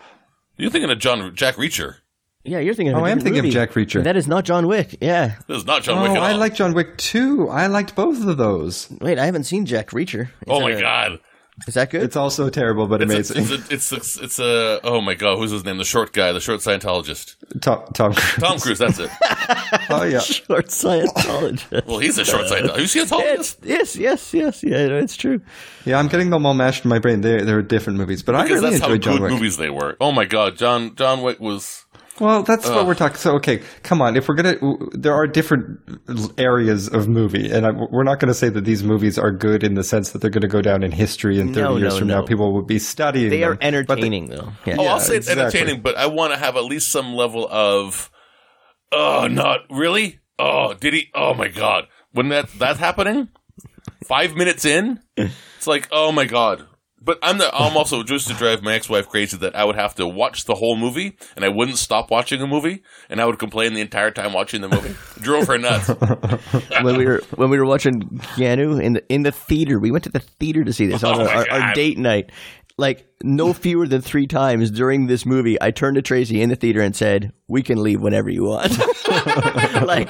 You're thinking of John Jack Reacher. Yeah, you're thinking. Of Oh, a I am different thinking movie. of Jack Reacher. That is not John Wick. Yeah. This is not John Wick Oh, at all. I like John Wick too. I liked both of those. Wait, I haven't seen Jack Reacher. Is Oh that my a- God! Is that good? It's also terrible but It's a, amazing. it's, a, it's, a, it's a oh my god who's his name the short guy the short Scientologist Tom, Tom Cruise. Tom Cruise that's it Oh yeah. Short Scientologist. well he's a short Scientologist who's Scientologist It's, yes, yes, yes, yeah, no, it's true. Yeah, I'm getting them all mashed in my brain. They're they're different movies, but I Because really that's how enjoyed good John Wick. movies they were. Oh my god, John John Wick was Well, that's what we're talking. So, okay, come on. If we're gonna, w- there are different areas of movie, and I, we're not gonna say that these movies are good in the sense that they're gonna go down in history. And thirty No, years no, from no. now, people will be studying. They them. are But entertaining though. Yeah. Oh, I'll say it's exactly. entertaining, but I want to have at least some level of oh, not really? Oh, did he? Oh my god. When that that's happening 5 minutes in, it's like, "Oh my god." But I'm the, I'm also just to drive my ex-wife crazy that I would have to watch the whole movie and I wouldn't stop watching a movie and I would complain the entire time watching the movie. Drove her nuts. when we were when we were watching Keanu in the in the theater, we went to the theater to see this on our, Oh my our, our God. date night. Like no fewer than three times during this movie, I turned to Tracy in the theater and said, "We can leave whenever you want." like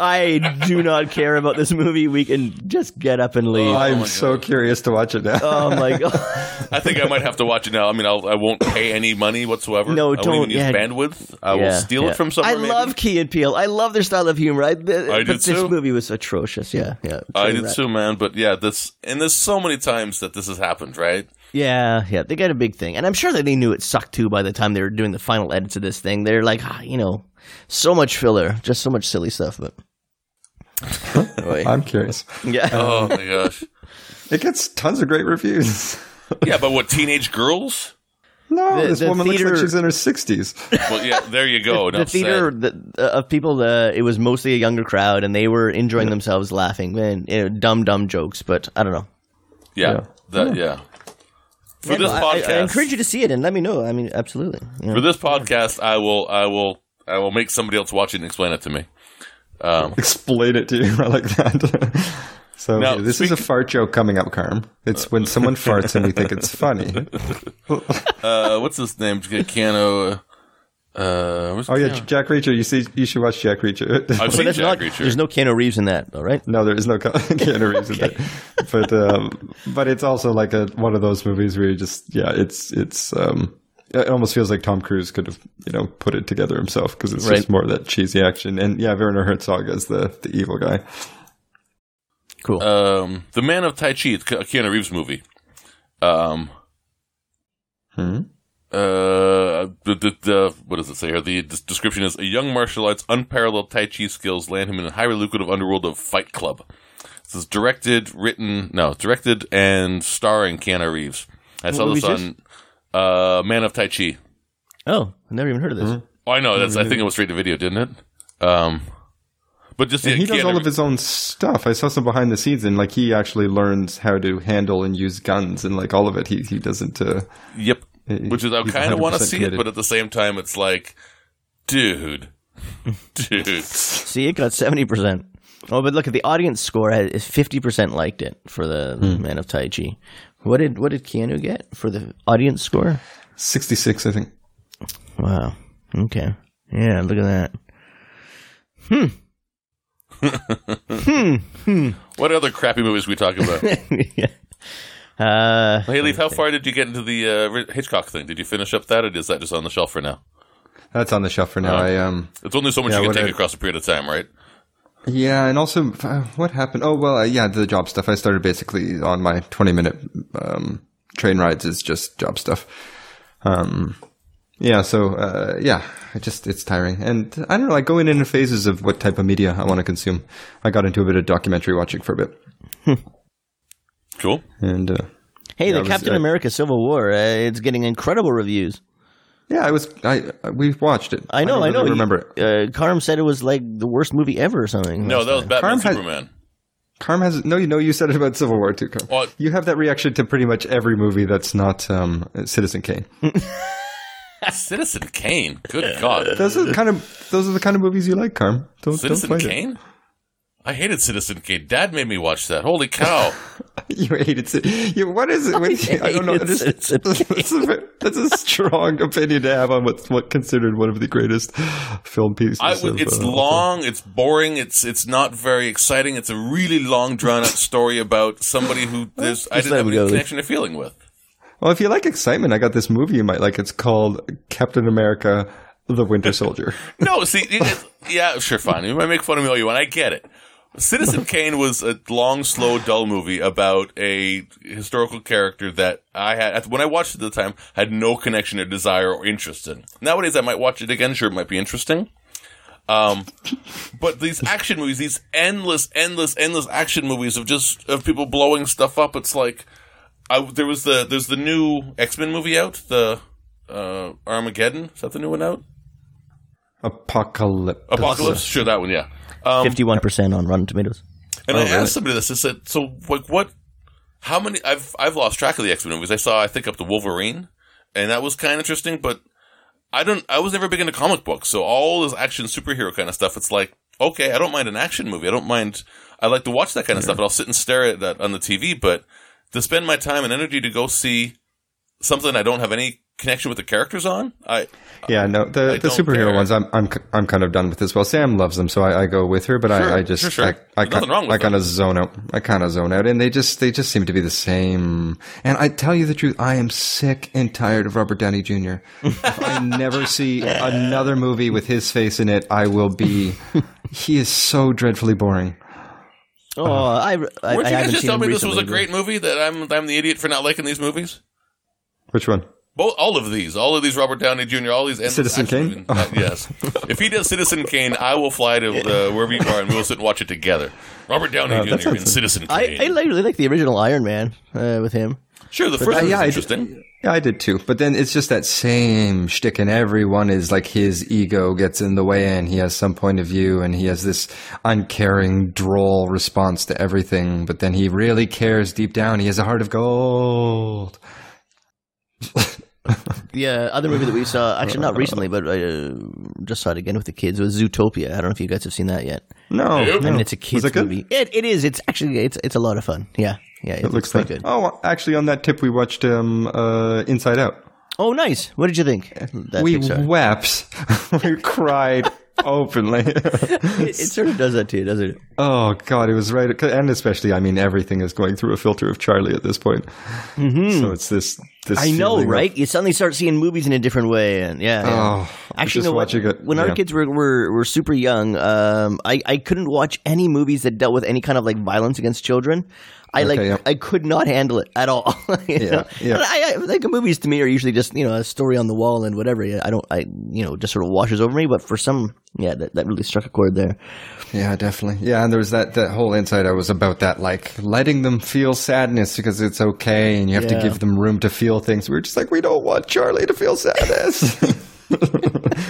I do not care about this movie. We can just get up and Oh. leave. I'm so curious to watch it now. oh my god! I think I might have to watch it now. I mean, I'll, I won't pay any money whatsoever. No, I don't, Won't even yeah. use bandwidth. I will Yeah, steal yeah. it from somewhere. I maybe. love Key and Peele. I love their style of humor. I, but I did this too. movie was atrocious. Yeah, yeah. I Train did wreck. too, man. But yeah, this and there's so many times that this has happened, right? Yeah, yeah, they got a big thing, and I'm sure that they knew it sucked too. By the time they were doing the final edits of this thing, they're like, ah, you know, so much filler, just so much silly stuff. But Oy. I'm curious. yeah, Oh my gosh. It gets tons of great reviews. Yeah, but what teenage girls? No, The- this the woman looks theater- like she's in her sixties. Well, yeah, there you go. the Enough theater the, uh, of people, uh, it was mostly a younger crowd, and they were enjoying themselves, laughing, man, you know, dumb, dumb jokes. But I don't know. said. Yeah, Yeah. that yeah. For Yeah, this no, I- I, podcast, I encourage you to see it and let me know. I mean, absolutely. you know. for this podcast, I will, I will, I will make somebody else watch it and explain it to me. Um, Explain it to you. I like that. So Now, okay, this is a fart joke coming up, Carm. It's when someone farts and we think it's funny. uh, what's his name? Keanu. Uh, uh, where's Oh yeah, Keanu? Jack Reacher. You see, you should watch Jack Reacher. I've seen But that's not- Jack Reacher. There's no Keanu Reeves in that, all right? No, there is no Ke- Keanu Reeves in it, but um, but it's also like a one of those movies where you just yeah, it's it's um, it almost feels like Tom Cruise could have you know put it together himself because it's Right. just more of that cheesy action and yeah, Werner Herzog is the the evil guy. Cool. um, the Man of Tai Chi, it's a Keanu Reeves movie. Um, Hmm? uh, the, the, the what does it say here? The des- description is a young martial arts unparalleled Tai Chi skills land him in a highly lucrative underworld of Fight Club. This is directed, written, no, directed and starring Keanu Reeves. I saw movie this is on uh, Man of Tai Chi. Mm-hmm. oh, I never even heard of this. Oh, I know. That's. I think it was straight to video, didn't it? Um, But just the And he does yeah, all the- of his own stuff. I saw some behind the scenes, and like he actually learns how to handle and use guns, and like all of it. He he doesn't. Uh, Yep. he- Which is I he's kind of want to 100% see it, committed. but at the same time, it's like, dude, dude. See, it got seventy percent. Oh, but look at the audience score had- is fifty percent liked it for the Hmm. Man of Tai Chi. What did what did Keanu get for the audience score? sixty six, I think. Wow. Okay. Yeah, look at that. What other crappy movies we talk about? hey, Uh, Leaf, how far did you get into the uh, Ri- Hitchcock thing? Did you finish up that, or is that just on the shelf for now? That's on the shelf for now. I um. It's only so much Yeah, you can what take I- across a period of time, right? Yeah, and also uh, what happened? Oh well, uh, yeah, the job stuff. I started basically on my twenty minute um, train rides is just job stuff. Um, yeah, so uh, yeah, I just it's tiring, and I don't know. I go in in phases of what type of media I want to consume. I got into a bit of documentary watching for a bit, Cool. and. Uh, hey, I the was- Captain I- America Civil War. Uh, it's getting incredible reviews. Yeah, I was. I we watched it. I know. don't I, know. really You- Remember it? Uh, Karam said it was like the worst movie ever or something. No, that was Batman Carm had- Superman. Carm has no. You know, you said it about Civil War too. Carm. What? You have that reaction to pretty much every movie that's not um, Citizen Kane. Citizen Kane. Good God. Those are the kind of those are the kind of movies you like, Carm. Don't Citizen don't fight Kane? I hated Citizen Kane. Dad made me watch that. Holy cow. It. You hated it. You, what is it? What- I, don't know. hated This- Citizen that's, a, ve- that's a strong opinion to have on what's what considered one of the greatest film pieces. I would, of, it's uh, all long, it's boring, it's it's not very exciting. It's a really long, drawn out story about somebody who there's, I Just didn't let have him any go. connection or feeling with. Well, if you like excitement, I got this movie you might like. It's called Captain America: The Winter Soldier. No, see, it- it- yeah, sure, fine. You might make fun of me all you want. I get it. Citizen Kane was a long, slow, dull movie about a historical character that I had at- when I watched it at the time had no connection or desire or interest in. Nowadays, I might watch it again. Sure, it might be interesting. Um, but these action movies, these endless, endless, endless action movies of just of people blowing stuff up. It's like I, there was the there's the new X Men movie out, the uh, Armageddon. Is that the new one out? Apocalypse. Apocalypse. Sure, that one. Yeah. Um, Fifty-one percent on Rotten Tomatoes. and Oh, I asked somebody this. I said, "So, like, what? How many? I've I've lost track of the X Men movies. I saw, I think, up to Wolverine, and that was kind of interesting. But I don't. I was never big into comic books, so all this action superhero kind of stuff. It's like, okay, I don't mind an action movie. I don't mind. I like to watch that kind of stuff, and I'll sit and stare at that on the TV. But to spend my time and energy to go see something I don't have any connection with the characters on, I Yeah, no, the, the don't superhero care. ones, I'm I'm I'm kind of done with as well. Sam loves them, so I, I go with her, but Sure, I, I just sure, sure. I, I, There's nothing kind- wrong with I that. kind of zone out. I kind of zone out, and they just they just seem to be the same. And I tell you the truth, I am sick and tired of Robert Downey Jr. if I never see another movie with his face in it, I will be. he is so dreadfully boring. Oh, I, I, I weren't you haven't guys just seen telling me them this was a recently. great movie? That I'm I'm the idiot for not liking these movies. Which one? Both, all of these, all of these Robert Downey Jr., all these endless Citizen Kane? action movies. Uh, yes, if he does Citizen Kane, I will fly to uh, wherever you are, and we will sit and watch it together. Robert Downey Uh, that Jr. sounds in Citizen I, Kane. I like- really like the original Iron Man uh, with him. sure, the first Uh, one yeah, was I interesting. did, yeah, I did too. But then it's just that same shtick, and everyone is like his ego gets in the way, and he has some point of view, and he has this uncaring, droll response to everything. But then he really cares deep down. He has a heart of gold. The uh, other movie that we saw, actually not recently, but I uh, just saw it again with the kids, was Zootopia. I don't know if you guys have seen that yet. No, no. And it's a Oh. Was kids it good? movie. It, it is. It's actually it's it's a lot of fun. Yeah, yeah. It, It looks like pretty good. Oh, actually, on that tip, we watched um, uh, Inside Out. Oh, nice. What did you think? That we Pixar. wept. we cried openly. it, it sort of does that to you, doesn't it? Oh God, it was right, and especially, I mean, everything is going through a filter of Charlie at this point. Mm-hmm. So it's this. this I know, feeling of- right? You suddenly start seeing movies in a different way, and yeah. yeah. Oh, Actually, just you know what? watching it, when our yeah. kids were, were were super young, um, I I couldn't watch any movies that dealt with any kind of like violence against children. I like yeah. I could not handle it at all. you know? yeah. And I, I like movies to me are usually just you know a story on the wall and whatever. Yeah, I don't I you know just sort of washes over me. But for some, yeah, that, that really struck a chord there. yeah, definitely, yeah. And there was that that whole insight. I was about that, like letting them feel sadness because it's okay, and you have Yeah. to give them room to feel things. We were just like, we don't want Charlie to feel sadness,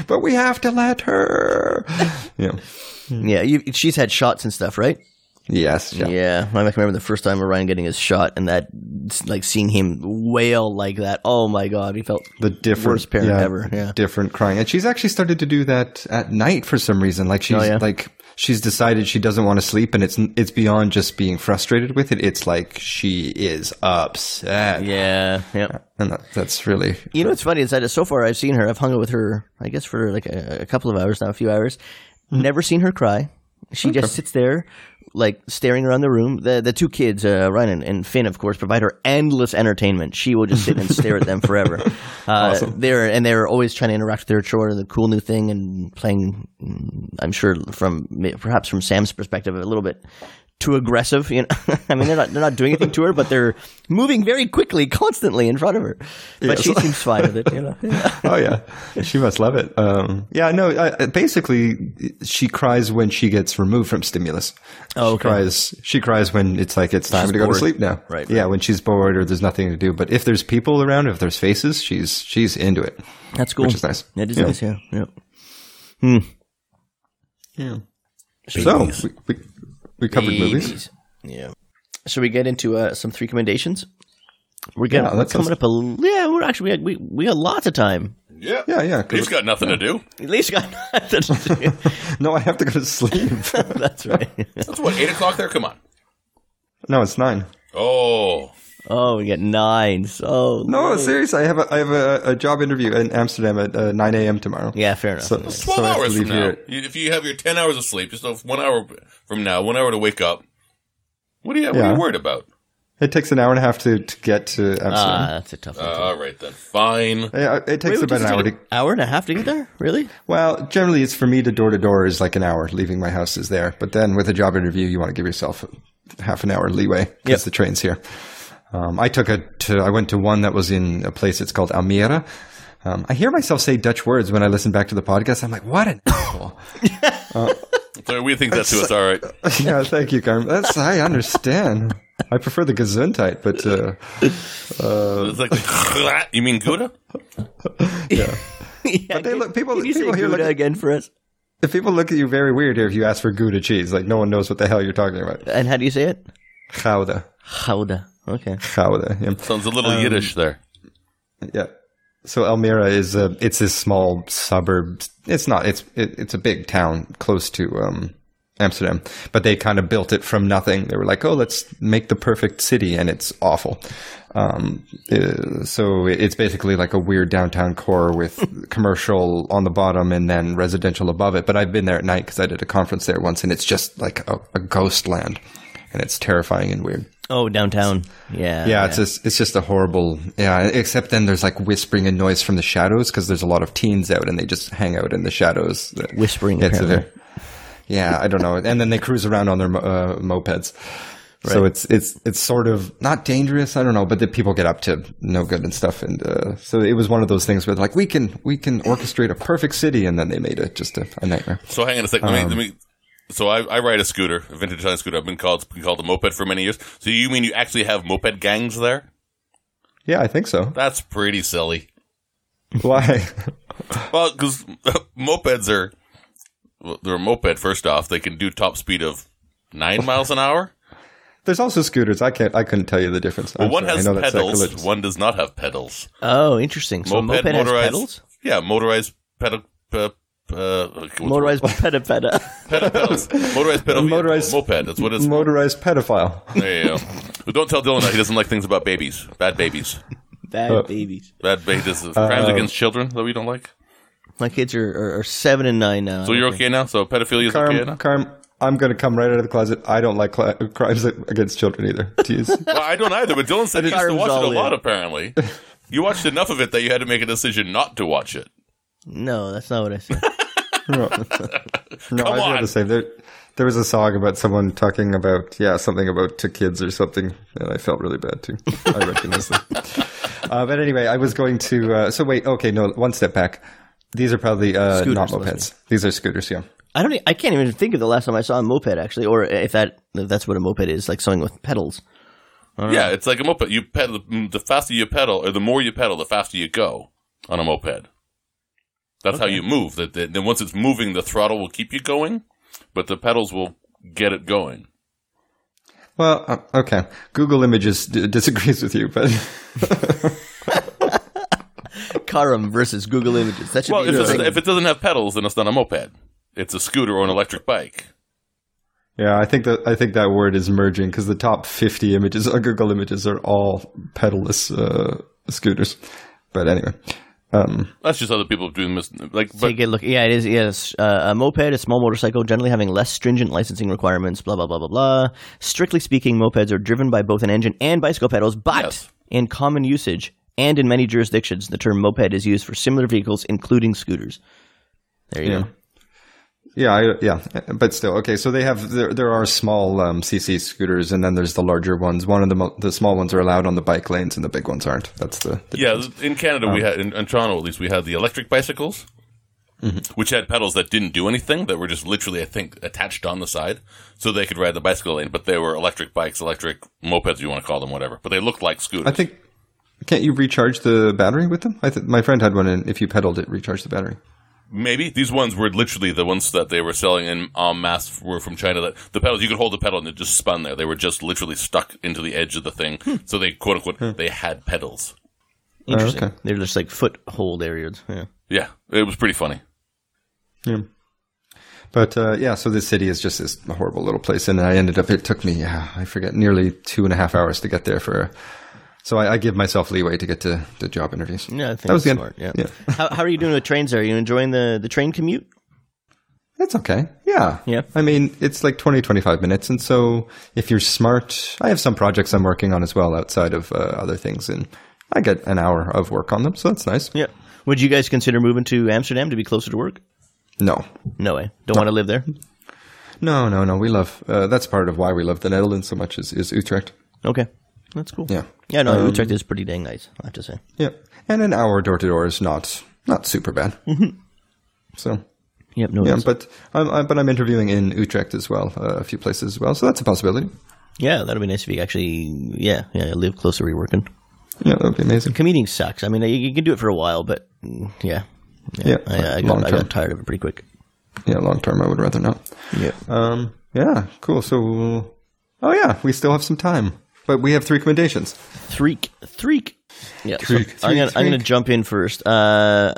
but we have to let her. Yeah, Yeah, you, she's had shots and stuff, right? Yes. Yeah. I can remember the first time Orion getting his shot and that, like seeing him wail like that. Oh my god, he felt The different worst parent yeah, ever. Yeah, Different crying, and she's actually started to do that at night for some reason. Like she's Oh, yeah? like she's decided she doesn't want to sleep, and it's it's beyond just being frustrated with it. It's like she is upset. yeah, yeah. and that, that's really You know what's funny is that so far I've seen her. I've hung out with her, I guess, for like a, a couple of hours now, a few hours. Never seen her cry. She just sits there, like staring around the room. The the two kids, uh, Ryan and, and Finn, of course, provide her endless entertainment. She will just sit and stare at them forever. Uh, They're and they're always trying to interact with their chore, the cool new thing, and playing. mm, I'm sure from perhaps from Sam's perspective, a little bit too aggressive. You know, I mean, they're not they're not doing anything to her, but they're moving very quickly, constantly in front of her. But she seems fine with it. You know, oh yeah, she must love it. Um, yeah, no. I, basically, she cries when she gets removed from stimulus. Oh, she okay. cries. She cries when it's like it's time She's to go bored. to sleep now. Right. Yeah, when she's bored or there's nothing to do. But if there's people around, if there's faces, she's she's into it. that's cool. Which is nice. That is Yeah. nice. Yeah, yeah. Hmm. So we we, we covered movies. Babies. Yeah. Should we get into uh, some three commendations? We're, getting, Yeah, that we're coming sounds- up a l- yeah. We're actually we we, we got lots of time. Yeah. Yeah, yeah. 'cause- He's got nothing to do. At least got nothing to do. no, I have to go to sleep. That's right. That's what eight o'clock there. Come on. no, it's nine. Oh, Oh, we got nine. So No, seriously, I have a I have a, a job interview in Amsterdam at uh, nine a.m. tomorrow. yeah, fair enough. So, twelve so I have to hours from leave now. here- You- If you have your ten hours of sleep, just have one hour from now, one hour to wake up. What are you? What are Yeah. you worried about? It takes an hour and a half to, to get to Amsterdam. ah, that's a tough one. Uh, all right then. Fine. Yeah, it, takes about an hour to. hour and a half to get there. Really? Well, generally, it's for me to door to door is like an hour. Leaving my house is there, but then with a job interview, you want to give yourself half an hour leeway because Yep. the train's here. Um, I took a. To, I went to one that was in a place. It's called Almere. Um, I hear myself say Dutch words when I listen back to the podcast. I'm like, what an asshole. So we think that's who it's all right. Uh, yeah, thank you, Carmen. That's I understand. I prefer the Gesundheit, but uh, It's like the- you mean Gouda? yeah, they can- look- people- can you people say here look Gouda at- again for us. if people look at you very weird here if you ask for Gouda cheese, like no one knows what the hell you're talking about. And how do you say it? Gouda, Gouda. Okay. Gouda. Yeah. Sounds a um, little Yiddish there. Yeah. So Elmira is a it's this small suburb. It's not it's it, it's a big town close to um Amsterdam, but they kind of built it from nothing. They were like, "Oh, let's make the perfect city," and it's awful. Um, uh, so it- it's basically like a weird downtown core with commercial on the bottom and then residential above it. But I've been there at night because I did a conference there once, and it's just like a, a ghost land, and it's terrifying and weird. Oh, downtown. Yeah. Yeah, it's just it's just a horrible. Yeah, except then there's like whispering and noise from the shadows because there's a lot of teens out and they just hang out in the shadows. Whispering, Yeah, so they're- apparently. yeah, I don't know. And then they cruise around on their mo- uh, mopeds. So it's it's it's sort of not dangerous. I don't know, but the people get up to no good and stuff. And uh, so it was one of those things where like we can we can orchestrate a perfect city, and then they made it just a, a nightmare. So hang on a second. Let me. let me so I, I ride a scooter, a vintage Italian scooter. I've been called been called a moped for many years. So you mean you actually have moped gangs there? Yeah, I think so. That's pretty silly. Why? Well, because mopeds are well, they're a moped. First off, they can do top speed of nine miles an hour. There's also scooters. I can't. I couldn't tell you the difference. But I'm one sorry. has I know that's pedals. sacrilegious. One does not have pedals. Oh, interesting. So moped, has pedals. Yeah, motorized pedal. Uh, uh, Motorized peda peda. pedal pedals. Motorized pedal. Motorized- moped. That's what it's. motorized pedophile. there you go. But don't tell Dylan that he doesn't like things about babies. Bad babies. Bad babies. Bad babies. Uh, crimes against children that we don't like. My kids are, are, are seven and nine now. So you're okay now. So pedophilia is okay Carm, now. Carm, I'm going to come right out of the closet. I don't like cli crimes against children either. Jeez. Well, I don't either. But Dylan said he used to Carm's watch it a all lot. in. Apparently, you watched enough of it that you had to make a decision not to watch it. No, that's not what I said. no, no I on. feel the same. There, there was a song about someone talking about, yeah, something about to kids or something, and I felt really bad too. I recognize that. Uh, but anyway, I was going to. Uh, so wait, okay, no, one step back. These are probably uh, Scooters, not let's mopeds. These are scooters, yeah. I don't. e- I can't even think of the last time I saw a moped actually, or if that if that's what a moped is, like something with pedals. Yeah, it's like a moped. You pedal mm, the faster you pedal, or the more you pedal, the faster you go on a moped. That's how you move. That that- then once it's moving, the throttle will keep you going. but the pedals will get it going. Well, uh, okay. Google Images d- disagrees with you, but Karam versus Google Images. That should Well, be if, the it's, thing. if it doesn't have pedals, then it's not a moped. It's a scooter or an electric bike. yeah, I think that I think that word is merging because the top fifty images on Google Images are all pedalless uh, scooters. But anyway, um, That's just other people doing this. Like, but Take a look. Yeah, it is. Yes, uh, a moped, a small motorcycle, generally having less stringent licensing requirements. Blah blah blah blah blah. Strictly speaking, mopeds are driven by both an engine and bicycle pedals, but Yes. in common usage and in many jurisdictions, the term moped is used for similar vehicles, including scooters. There you Yeah. go. yeah, I, yeah, but still, okay. So they have there there are small um, CC scooters, and then there's the larger ones. One of the mo- the small ones are allowed on the bike lanes, and the big ones aren't. That's the, the yeah, in Canada we had in, in Toronto at least we had the electric bicycles, which had pedals that didn't do anything that were just literally I think attached on the side, so they could ride the bicycle lane. But they were electric bikes, electric mopeds, you want to call them, whatever. But they looked like scooters. I think can't you recharge the battery with them? I th- my friend had one, and if you pedaled it, recharged the battery. Maybe these ones were literally the ones that they were selling in en masse were from China. That the pedals you could hold the pedal and it just spun there. They were just literally stuck into the edge of the thing. So they quote unquote they had pedals. Interesting. Oh, okay. They're just like foothold areas. Yeah. Yeah, it was pretty funny. Yeah. But uh, yeah, so this city is just this horrible little place, and I ended up. It took me, yeah, I forget, nearly two and a half hours to get there for. So I, I give myself leeway to get to the job interviews. Yeah, I think That was that's good. smart. Yeah. Yeah. how, how are you doing with trains? There, are you enjoying the, the train commute? That's okay. Yeah. Yeah. I mean, it's like 20, 25 minutes. And so if you're smart, I have some projects I'm working on as well outside of uh, other things. And I get an hour of work on them. So that's nice. Yeah. Would you guys consider moving to Amsterdam to be closer to work? No. No way. Don't want to live there. No, no, no. We love, uh, that's part of why we love the Netherlands so much is, is Utrecht. Okay, that's cool. Yeah. Yeah, no, Utrecht is pretty dang nice. I have to say. Yeah. And an hour door to door is not, not super bad. So. Yep. No. Yeah, it's- but I'm, I'm but I'm interviewing in Utrecht as well, uh, a few places as well. So that's a possibility. yeah, that'd be nice if you actually, yeah, yeah, live closer where you're working. Yeah, that would be amazing. Commuting sucks. I mean, you, you can do it for a while, but mm, yeah, Yeah, I, I, long got, I term. got tired of it pretty quick. Yeah, long term, I would rather not. Yeah. Um, yeah, cool. So, oh yeah, we still have some time, but we have three recommendations. Threek. Threek. Yeah. so Threek, I'm threek, gonna I'm gonna threek. jump in first. Uh,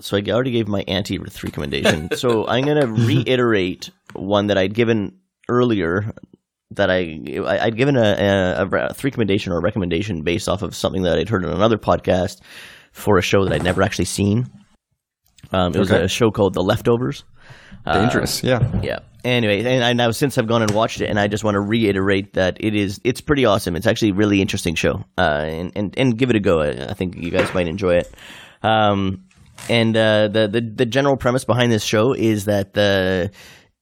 so I already gave my anti recommendation. so I'm gonna reiterate one that I'd given earlier. That I I- I'd given a, a, a three recommendation or a recommendation based off of something that I'd heard on another podcast for a show that I'd never actually seen. Um, it was Okay. a show called The Leftovers. Dangerous, yeah. Yeah. Anyway, and I now since I've gone and watched it, and I just want to reiterate that it is it's pretty awesome. It's actually a really interesting show, uh, and, and and give it a go. I, I think you guys might enjoy it. Um, and uh, the the the general premise behind this show is that the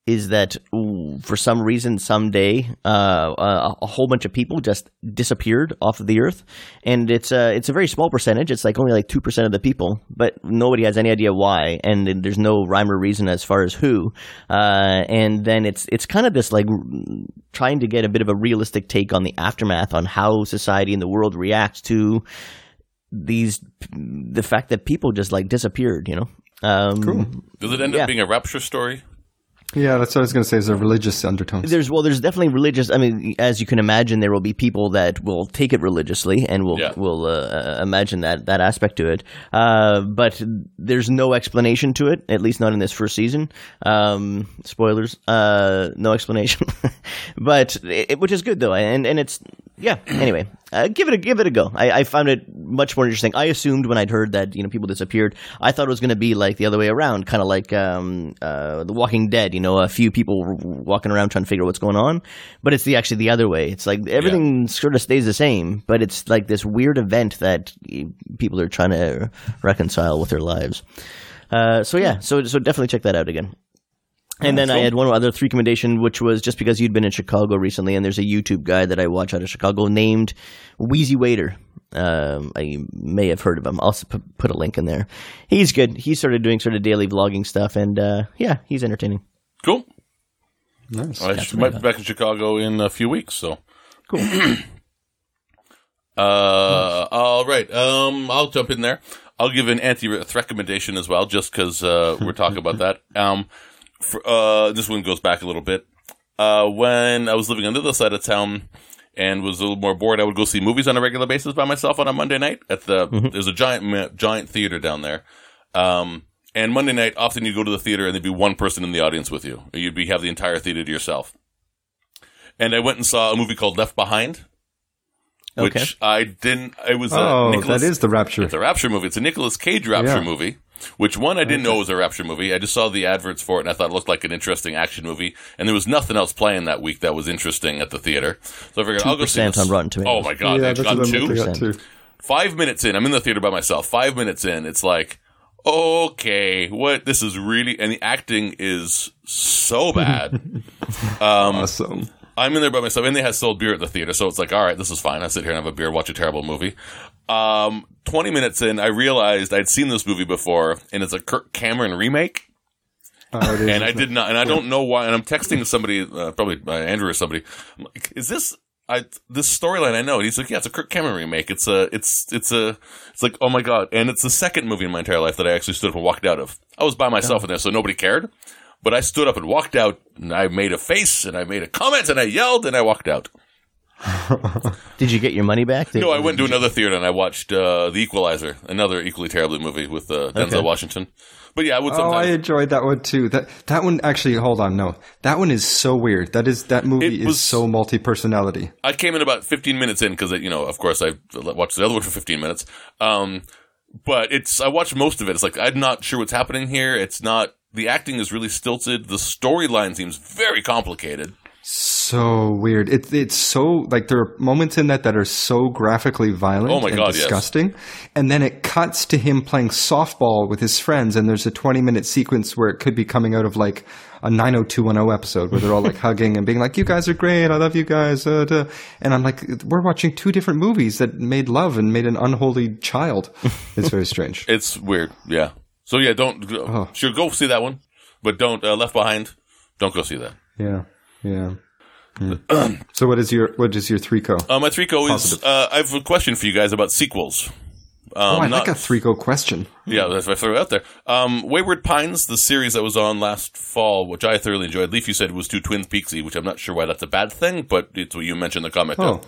is that ooh, for some reason someday uh, a, a whole bunch of people just disappeared off of the earth, and it's a it's a very small percentage. It's like only like two percent of the people, but nobody has any idea why, and then there's no rhyme or reason as far as who. Uh, and then it's it's kind of this like trying to get a bit of a realistic take on the aftermath on how society and the world reacts to these the fact that people just like disappeared. You know, um, Cool. Does it end Yeah. up being a rapture story? Yeah, that's what I was going to say. Is the religious undertones? There's well, there's definitely religious. I mean, as you can imagine, there will be people that will take it religiously and will Yeah. will uh, imagine that that aspect to it. Uh, but there's no explanation to it, at least not in this first season. Um, spoilers, uh, no explanation. but it, which is good though, and and it's yeah. Anyway, uh, give it a give it a go. I, I found it much more interesting. I assumed when I'd heard that you know people disappeared, I thought it was going to be like the other way around, kind of like um, uh, The Walking Dead. You know, a few people w- walking around trying to figure out what's going on, but it's the actually the other way. It's like everything sort of stays the same, but it's like this weird event that y- people are trying to reconcile with their lives. Uh, so yeah, so so definitely check that out again. And then I had one other three recommendation, which was just because you'd been in Chicago recently, and there's a YouTube guy that I watch out of Chicago named Wheezy Waiter. Um, I may have heard of him. I'll s- p- put a link in there. He's good. He started doing sort of daily vlogging stuff, and uh, yeah, he's entertaining. Cool. nice. I sh- might be back in Chicago in a few weeks, so cool. uh, all right. Um, I'll jump in there. I'll give an anti recommendation as well, just because uh, we're talking about that. Um, for, uh, this one goes back a little bit. Uh, when I was living on the other side of town and was a little more bored, I would go see movies on a regular basis by myself on a Monday night at the. Mm-hmm. There's a giant ma- giant theater down there, um, and Monday night often you go to the theater and there'd be one person in the audience with you. You'd be have the entire theater to yourself. And I went and saw a movie called Left Behind, which Okay. I didn't. It was Oh, a Nicholas, that is the rapture. it's a rapture movie. It's a Nicolas Cage rapture Yeah. movie, which one I didn't know was a rapture movie. I just saw the adverts for it and I thought it looked like an interesting action movie. And there was nothing else playing that week that was interesting at the theater. So I figured I'll go see 2% this. on Rotten Tomatoes. Oh my god, they've got I'm two. looking at too. Five minutes in, I'm in the theater by myself. Five minutes in, it's like, okay, what? This is really, and the acting is so bad. Awesome. I'm in there by myself, and they had sold beer at the theater, so it's like, all right, this is fine. I sit here and have a beer, watch a terrible movie. Um, 20 minutes in, I realized I'd seen this movie before, and it's a Kirk Cameron remake, Oh, it is, and I isn't did not, and I don't know why. And I'm texting somebody, uh, probably uh, Andrew or somebody. I'm like, is this? I this storyline I know, and he's like, yeah, it's a Kirk Cameron remake. It's a, it's, it's a, it's like, oh my god, and it's the second movie in my entire life that I actually stood up and walked out of. I was by myself in there, so nobody cared. But I stood up and walked out, and I made a face, and I made a comment, and I yelled, and I walked out. Did you get your money back? Did- No, I went to another theater and I watched uh, The Equalizer, another equally terribly movie with uh, Denzel Okay. Washington. But yeah, I would Oh, I sometimes. enjoyed that one too. That that one actually. Hold on, no, that one is so weird. That is that movie It is was- so multi personality. I, came in about 15 minutes in because, you know, of course, I watched the other one for 15 minutes. Um, but it's I watched most of it. It's like I'm not sure what's happening here. It's not the acting is really stilted. The storyline seems very complicated. So weird. It's it's so like there are moments in that that are so graphically violent Oh my and God, yes. disgusting. And then it cuts to him playing softball with his friends, and there's a 20 minute sequence where it could be coming out of like a 90210 episode where they're all like hugging and being like, "You guys are great. I love you guys." Uh, duh." and I'm like, "We're watching two different movies that made love and made an unholy child." It's very strange. It's weird. Yeah. So yeah, don't Uh-huh. sure go see that one, but don't uh, Left Behind. Don't go see that. Yeah, yeah. Hmm. so what is your what is your three co? Uh, my three co is Positive. uh, I have a question for you guys about sequels. Um, oh, I not- like a three go question. Yeah, that's what I threw out there. Um, Wayward Pines, the series that was on last fall, which I thoroughly enjoyed. Leaf, you said was too Twin Peaksy, which I'm not sure why that's a bad thing, but it's what you mentioned in the comment. Oh.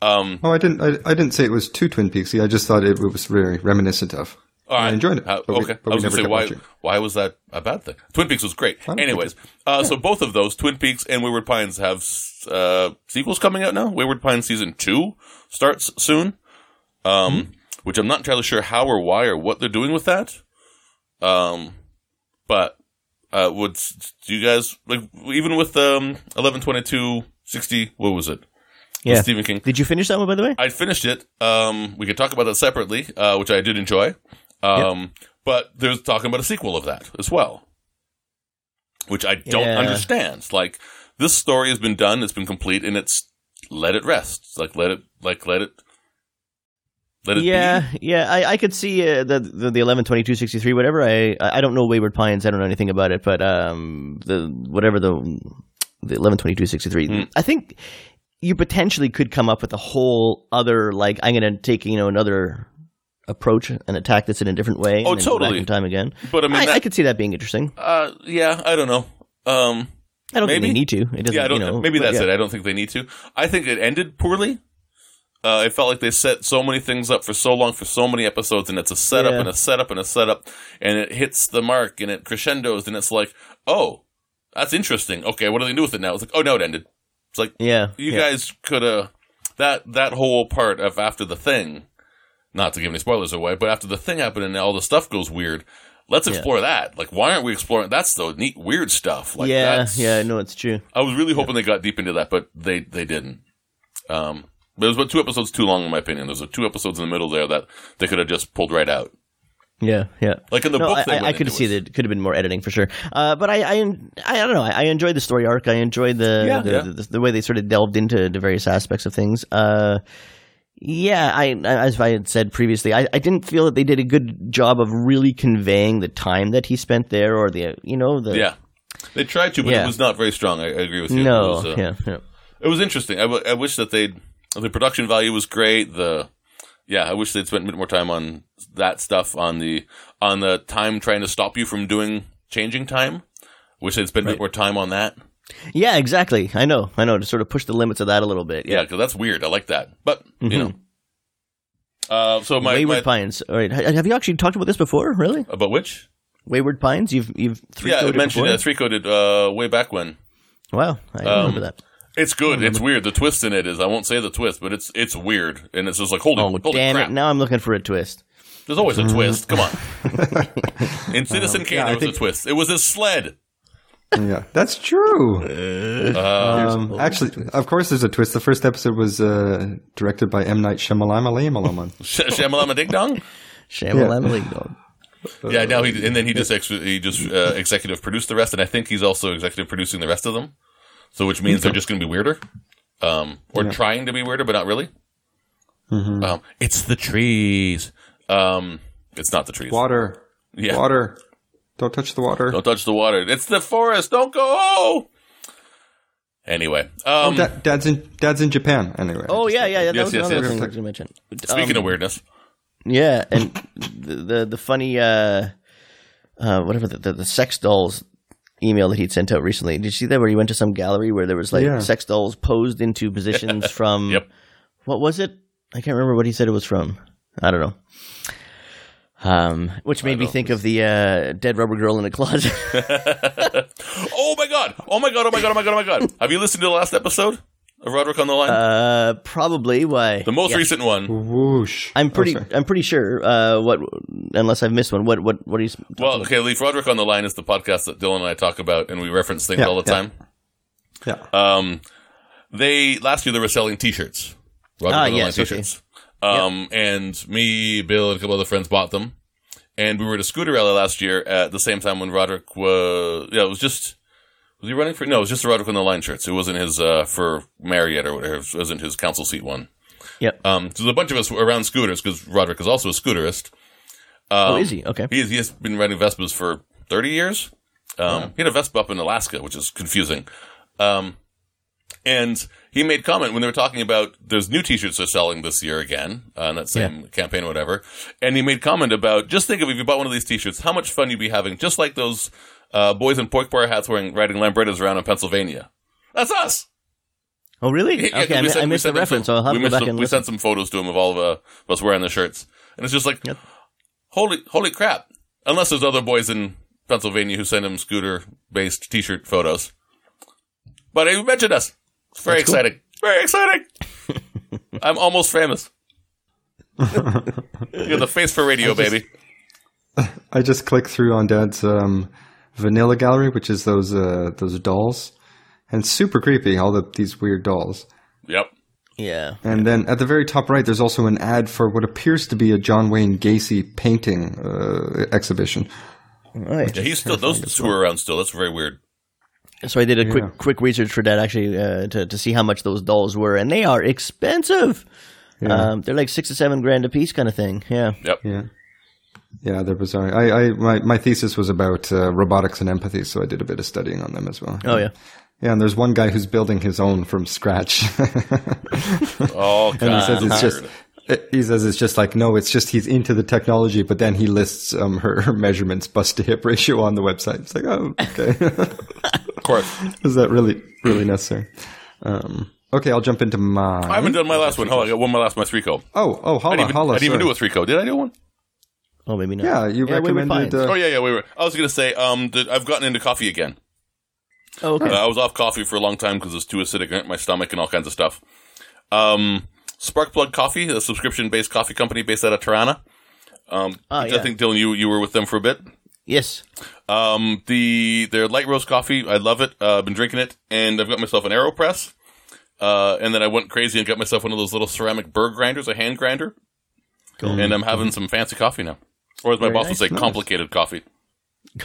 Um, Oh, I didn't. I, I didn't say it was too Twin Peaksy. I just thought it, was very reminiscent of. All right. I enjoyed it. Uh, but we- okay. but we I was never going kept to say, why, watching. why was that a bad thing? Twin Peaks was great. don't think Anyways, uh, so both of those, Twin Peaks and Wayward Pines, have s- uh, sequels coming out now. Wayward Pines season two starts soon, um, Hmm? which I'm not entirely sure how or why or what they're doing with that. Um, but uh, would s- do you guys like even with um 11 22 60 what was it Yeah. Stephen King Did you finish that one, by the way? I finished it. Um, we could talk about that separately, uh, which I did enjoy. Um, But there's talking about a sequel of that as well, which I don't Yeah. understand. Like this story has been done, it's been complete, and it's let it rest. It's Like let it, like let it, let it. yeah, be. yeah. I, I could see uh, the, the the eleven twenty two sixty three whatever. I I I don't know Wayward Pines. I don't know anything about it, but um the whatever the the eleven twenty two sixty three. Mm. I think you potentially could come up with a whole other like I'm going to take you know another approach and attack this in a different way. Oh, and then go back totally. in time again. But I I, mean, I, that, could see that being interesting. uh, yeah, I don't know. Um, I don't Maybe. think they need to. It doesn't. yeah, I don't. you know, maybe but that's yeah. it. I don't think they need to. I think it ended poorly. Uh, it felt like they set so many things up for so long for so many episodes, and it's a setup Yeah. and a setup and a setup, and it hits the mark and it crescendos, and it's like, oh, that's interesting. Okay, what do they do with it now? It's like, oh no, it ended. It's like Yeah, you yeah. guys could have that that whole part of after the thing. Not to give any spoilers away, but after the thing happened and all the stuff goes weird, let's explore that. Like, why aren't we exploring? That's the neat, weird stuff. Like, yeah, that's, yeah. No, it's true. I was really hoping they got deep into that, but they they didn't. Um, but it was about two episodes too long, in my opinion. There's uh, two episodes in the middle there that they could have just pulled right out, Yeah, yeah. like in the no, book. I, they I, went I could into see it. that it could have been more editing for sure. Uh, but I, I, I don't know. I, I enjoyed the story arc. I enjoyed the Yeah, the, yeah. The, the way they sort of delved into the various aspects of things. Uh, yeah, I, I- as I had said previously, I, I didn't feel that they did a good job of really conveying the time that he spent there, or the you know the Yeah, they tried to, but Yeah. it was not very strong. I, I agree with you. no it was, uh, yeah, yeah. it was interesting. I, w- I wish that they the production value was great. The yeah, I wish they'd spent a bit more time on that stuff on the on the time trying to stop you from doing changing time, Wish I'd spent a bit more time on that. Yeah, exactly. I know. I know. To sort of push the limits of that a little bit. Yeah, because that's weird. I like that. But you know, Mhm. uh, so my, Wayward my Pines. All right. Ha- Have you actually talked about this before? Really? about which? Wayward Pines. You've you've three Yeah, I coded mentioned before? uh, three coded uh, way back when. Wow, I don't Um, remember that. It's good. Mm-hmm. It's weird. The twist in it is I won't say the twist, but it's it's weird, and it's just like holy, Oh holy damn crap. it! Mm-hmm. Now I'm looking for a twist. There's always a twist. Come on. in Citizen Oh, Kane, yeah, I there was think- a twist. It was a sled. yeah, that's true. Uh, Um, actually, of course, there's a twist. The first episode was uh, directed by M. Night Shyamalan. Sh- Shamalama Ding Dong. Shyamalan League Dog. Yeah, now he and then he just ex- he just uh, executive produced the rest, and I think he's also executive producing the rest of them. So, which means they're just going to be weirder, um, or trying to be weirder, but not really. Mm-hmm. Um, it's the trees. Um, it's not the trees. Water. Yeah. Water. Don't touch the water. Don't touch the water. It's the forest. Don't go. Oh. Anyway, um, Da- dad's in dad's in Japan anyway. Oh yeah, yeah, yeah. That Yes, was yes, another yes. thing I was going to mention. speaking Um, of weirdness, yeah, and the the, the funny uh, uh, whatever the, the the sex dolls email that he'd sent out recently. Did you see that where he went to some gallery where there was like Yeah. sex dolls posed into positions from Yep. what was it? I can't remember what he said it was from. I don't know. Um, which made me think of the uh, dead rubber girl in a closet. oh my god! Oh my god! Oh my god! Oh my god! Oh my god! Have you listened to the last episode of Roderick on the Line? uh, probably why the most Yeah. recent one. Whoosh. I'm pretty. Oh, sorry. I'm pretty sure. Uh, what? Unless I've missed one. What? What? What are you? s- Well, okay, Leaf Roderick on the Line is the podcast that Dylan and I talk about, and we reference things Yeah, all the yeah. time. yeah. Um, they last year they were selling T-shirts. Roderick Ah, on the Line yes, okay. T-shirts. Um, and me, Bill, and a couple other friends bought them, and we were at a scooter rally last year at the same time when Roderick was. Yeah, it was just. Was he running for? No, it was just the Roderick on the Line shirts. It wasn't his uh, for Marriott or whatever. It wasn't his council seat one. Yep. Um, so there's a bunch of us were around scooters because Roderick is also a scooterist. Um, oh, is he? Okay. He, is, he has been riding Vespas for 30 years. Um, He had a Vespa up in Alaska, which is confusing. Um, and he made comment when they were talking about there's new T-shirts they're selling this year again on that same campaign, or whatever. And he made comment about just think of if you bought one of these T-shirts, how much fun you'd be having, just like those uh, boys in pork bar hats wearing riding Lambrettas around in Pennsylvania. That's us. Oh, really? Yeah, 'cause Okay, I, we mi- sent- I we missed the sent them reference. some- I'll have to we go missed back some- and we listen. sent some photos to him of all of uh, us wearing the shirts, and it's just like, Yep. holy, holy crap! Unless there's other boys in Pennsylvania who send him scooter-based T-shirt photos, but he mentioned us. It's very That's cool. exciting. Very exciting. I'm almost famous. You're the face for radio, baby. I just clicked through on Dad's um, vanilla gallery, which is those uh, those dolls, and it's super creepy. All the these weird dolls. Yep. Yeah. And then at the very top right, there's also an ad for what appears to be a John Wayne Gacy painting uh, exhibition. All right. Yeah, he's still. Those two are around still. That's very weird. So I did a Yeah. quick quick research for that actually uh, to to see how much those dolls were, and they are expensive. Um, they're like six to seven grand a piece, kind of thing. Yeah. Yeah. Yeah, they're bizarre. I, I my, my thesis was about uh, robotics and empathy, so I did a bit of studying on them as well. Oh yeah. Yeah, and there's one guy who's building his own from scratch. Oh he god. says it's that's just weird. it- he says it's just like no, it's just he's into the technology, but then he lists um, her, her measurements bust to hip ratio on the website. It's like, oh, okay, Of course. is that really really necessary? Um, okay, I'll jump into I my. haven't done my last one. Oh, I got one. My last. My three code. Oh, oh, I holla, didn't even, holla. I didn't even sorry. do a three code. Did I do one? Oh, maybe not. Yeah, you we were recommended. fine. uh, Oh yeah, yeah. We were. I was gonna say, um, that I've gotten into coffee again. oh, okay. Uh, I was off coffee for a long time because it's too acidic and hurt my stomach and all kinds of stuff. Um, Sparkplug Coffee, a subscription-based coffee company based out of Tirana. Um, Ah, which I yeah. think Dylan, you you were with them for a bit. yes. Um, the their light roast coffee, I love it. Uh, I've been drinking it, and I've got myself an Aeropress. Uh, and then I went crazy and got myself one of those little ceramic burr grinders, a hand grinder, Cool. and I'm having some fancy coffee now. Or as my boss would nice. say, complicated coffee.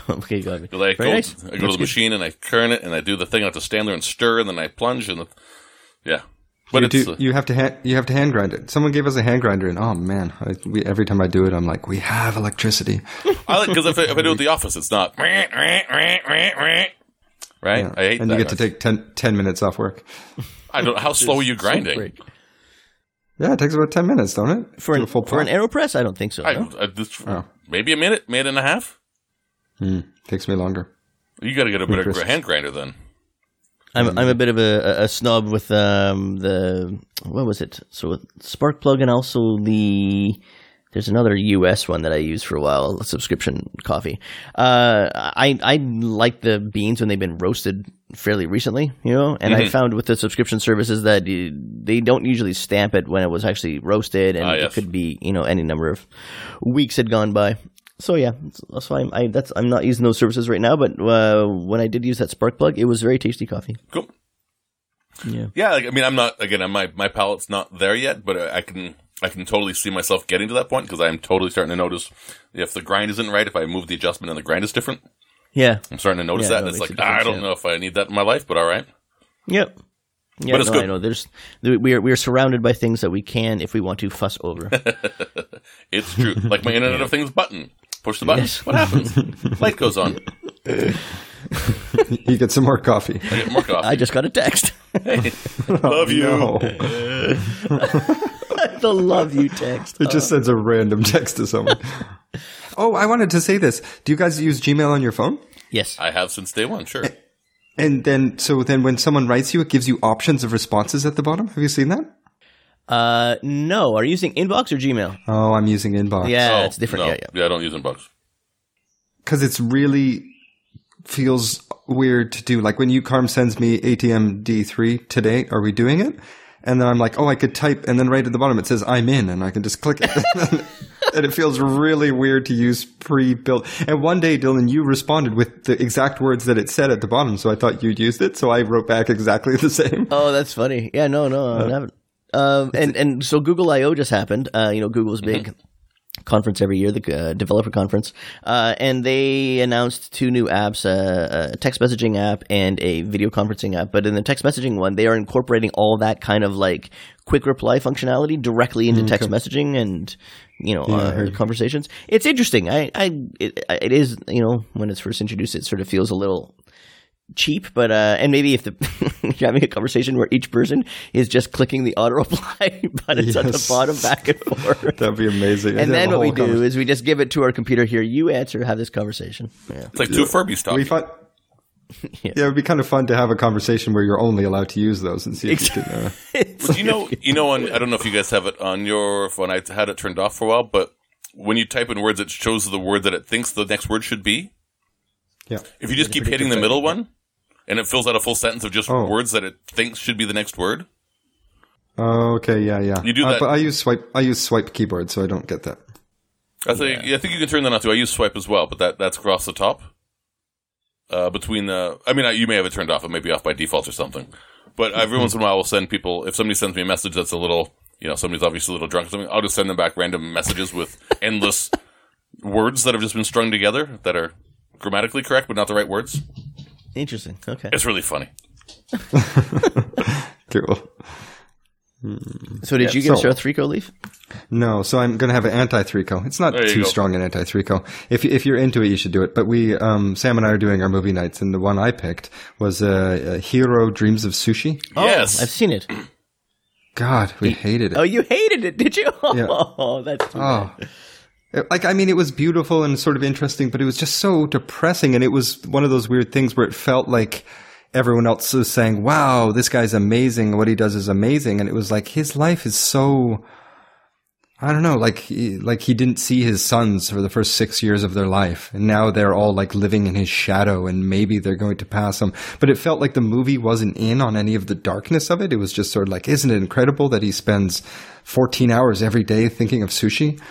okay, got it. 'Cause I Very go, nice. oh, I go to the machine and I turn it and I do the thing. I have to stand there and stir and then I plunge and the, yeah. But you, it's do, uh, you have to ha- you have to hand grind it. Someone gave us a hand grinder, and oh man, I, we, every time I do it, I'm like, we have electricity. I like because if, I- if I do it at the office, it's not right. I Yeah. hate and that. you get to take 10, 10 minutes off work. I don't. How slow are you grinding? Break. Yeah, it takes about ten minutes, don't it? For Do an a full for an pot. aeropress, I don't think so. I, no? I, this, Oh. Maybe a minute, minute and a half. takes me longer. You got to get a better Interesting. hand grinder then. I'm I'm a bit of a, a snob with um the what was it? So with spark plug and also the there's another US one that I used for a while, a subscription coffee. Uh I I like the beans when they've been roasted fairly recently, you know? And I Mhm. found with the subscription services that you, they don't usually stamp it when it was actually roasted and Ah, it yes. could be, you know, any number of weeks had gone by. So yeah, that's why I'm, I, that's, I'm not using those services right now. But uh, when I did use that spark plug, it was very tasty coffee. Cool. Yeah. Yeah, like, I mean, I'm not again. I'm- My my palate's not there yet, but I I can I can totally see myself getting to that point because I'm totally starting to notice if the grind isn't right, if I move the adjustment and the grind is different, Yeah. I'm starting to notice Yeah, that. no, and it's it like makes a I difference, don't yeah. know if I need that in my life, but all right. Yep. Yeah, But it's no, good. I know. There's th- we are we are surrounded by things that we can, if we want to, fuss over. It's true. like my Internet of Things button. Push the button. What happens? Light goes on. you get some more coffee. I get more coffee. I just got a text. love you. No. the love you text. It just sends a random text to someone. oh, I wanted to say this. Do you guys use Gmail on your phone? Yes. I have since day one. Eh, Sure. And then, so then when someone writes you, it gives you options of responses at the bottom. Have you seen that? Uh, no. Are you using inbox or Gmail? Oh, I'm using inbox. Yeah, Oh, it's different. no. Yeah, yeah. yeah. I don't use inbox. Cause it's really feels weird to do. Like when you Carm sends me ATM D3 today, are we doing it? And then I'm like, oh, I could type. And then right at the bottom, it says I'm in and I can just click it. and it feels really weird to use pre-built. And one day, Dylan, you responded with the exact words that it said at the bottom. So I thought you'd used it. So I wrote back exactly the same. Oh, that's funny. Yeah, no, no, Uh, I haven't. Um, and and so Google I/O just happened. Uh, you know, Google's Mm-hmm. big conference every year, the uh, developer conference, uh, and they announced two new apps: uh, a text messaging app and a video conferencing app. But in the text messaging one, they are incorporating all that kind of like quick reply functionality directly into text messaging and you know uh, conversations. It's interesting. I, I it, it is you know when it's first introduced, it sort of feels a little cheap, but uh, and maybe if the you're having a conversation where each person is just clicking the auto reply buttons at the Yes. bottom back and forth. That'd be amazing. I'd And have then a what we whole do conversation. is we just give it to our computer here. You answer, have this conversation. Yeah. It's like two Furbies talking. we thought. Yeah. it would be kind of fun to have a conversation where you're only allowed to use those and see if you can. Uh, Well, you know, you know, on, I don't know if you guys have it on your phone. I had it turned off for a while, but when you type in words, it shows the word that it thinks the next word should be. yeah. If you just keep hitting the middle one, and it fills out a full sentence of just Oh. words that it thinks should be the next word. Oh, okay. Yeah. Yeah. You do Uh, that- but I use swipe. I use swipe keyboard, so I don't get that. I think I think you can turn that on too. I use swipe as well, but that that's across the top. Uh, between the, I mean, I, you may have it turned off. It may be off by default or something. But every once in a while, I'll send people. If somebody sends me a message that's a little, you know, somebody's obviously a little drunk or something, I'll just send them back random messages with endless words that have just been strung together that are grammatically correct but not the right words. Interesting. Okay. It's really funny. Cool. So did you so- get a three co leaf? No, so I'm going to have an anti three co. It's not There you too go. strong an anti three co. If if you're into it, you should do it. But we, um, Sam and I are doing our movie nights, and the one I picked was uh, uh, Hero Dreams of Sushi. yes, I've seen it. God, we hated it. Oh, you hated it, did you? Yeah. Oh, that's too bad. Oh. It- Like, I mean, it was beautiful and sort of interesting, but it was just so depressing. And it was one of those weird things where it felt like everyone else was saying, wow, this guy's amazing. What he does is amazing. And it was like, his life is so. I don't know, like he, like he didn't see his sons for the first six years of their life, and now they're all like living in his shadow, and maybe they're going to pass him. But it felt like the movie wasn't in on any of the darkness of it. It was just sort of like, isn't it incredible that he spends fourteen hours every day thinking of sushi?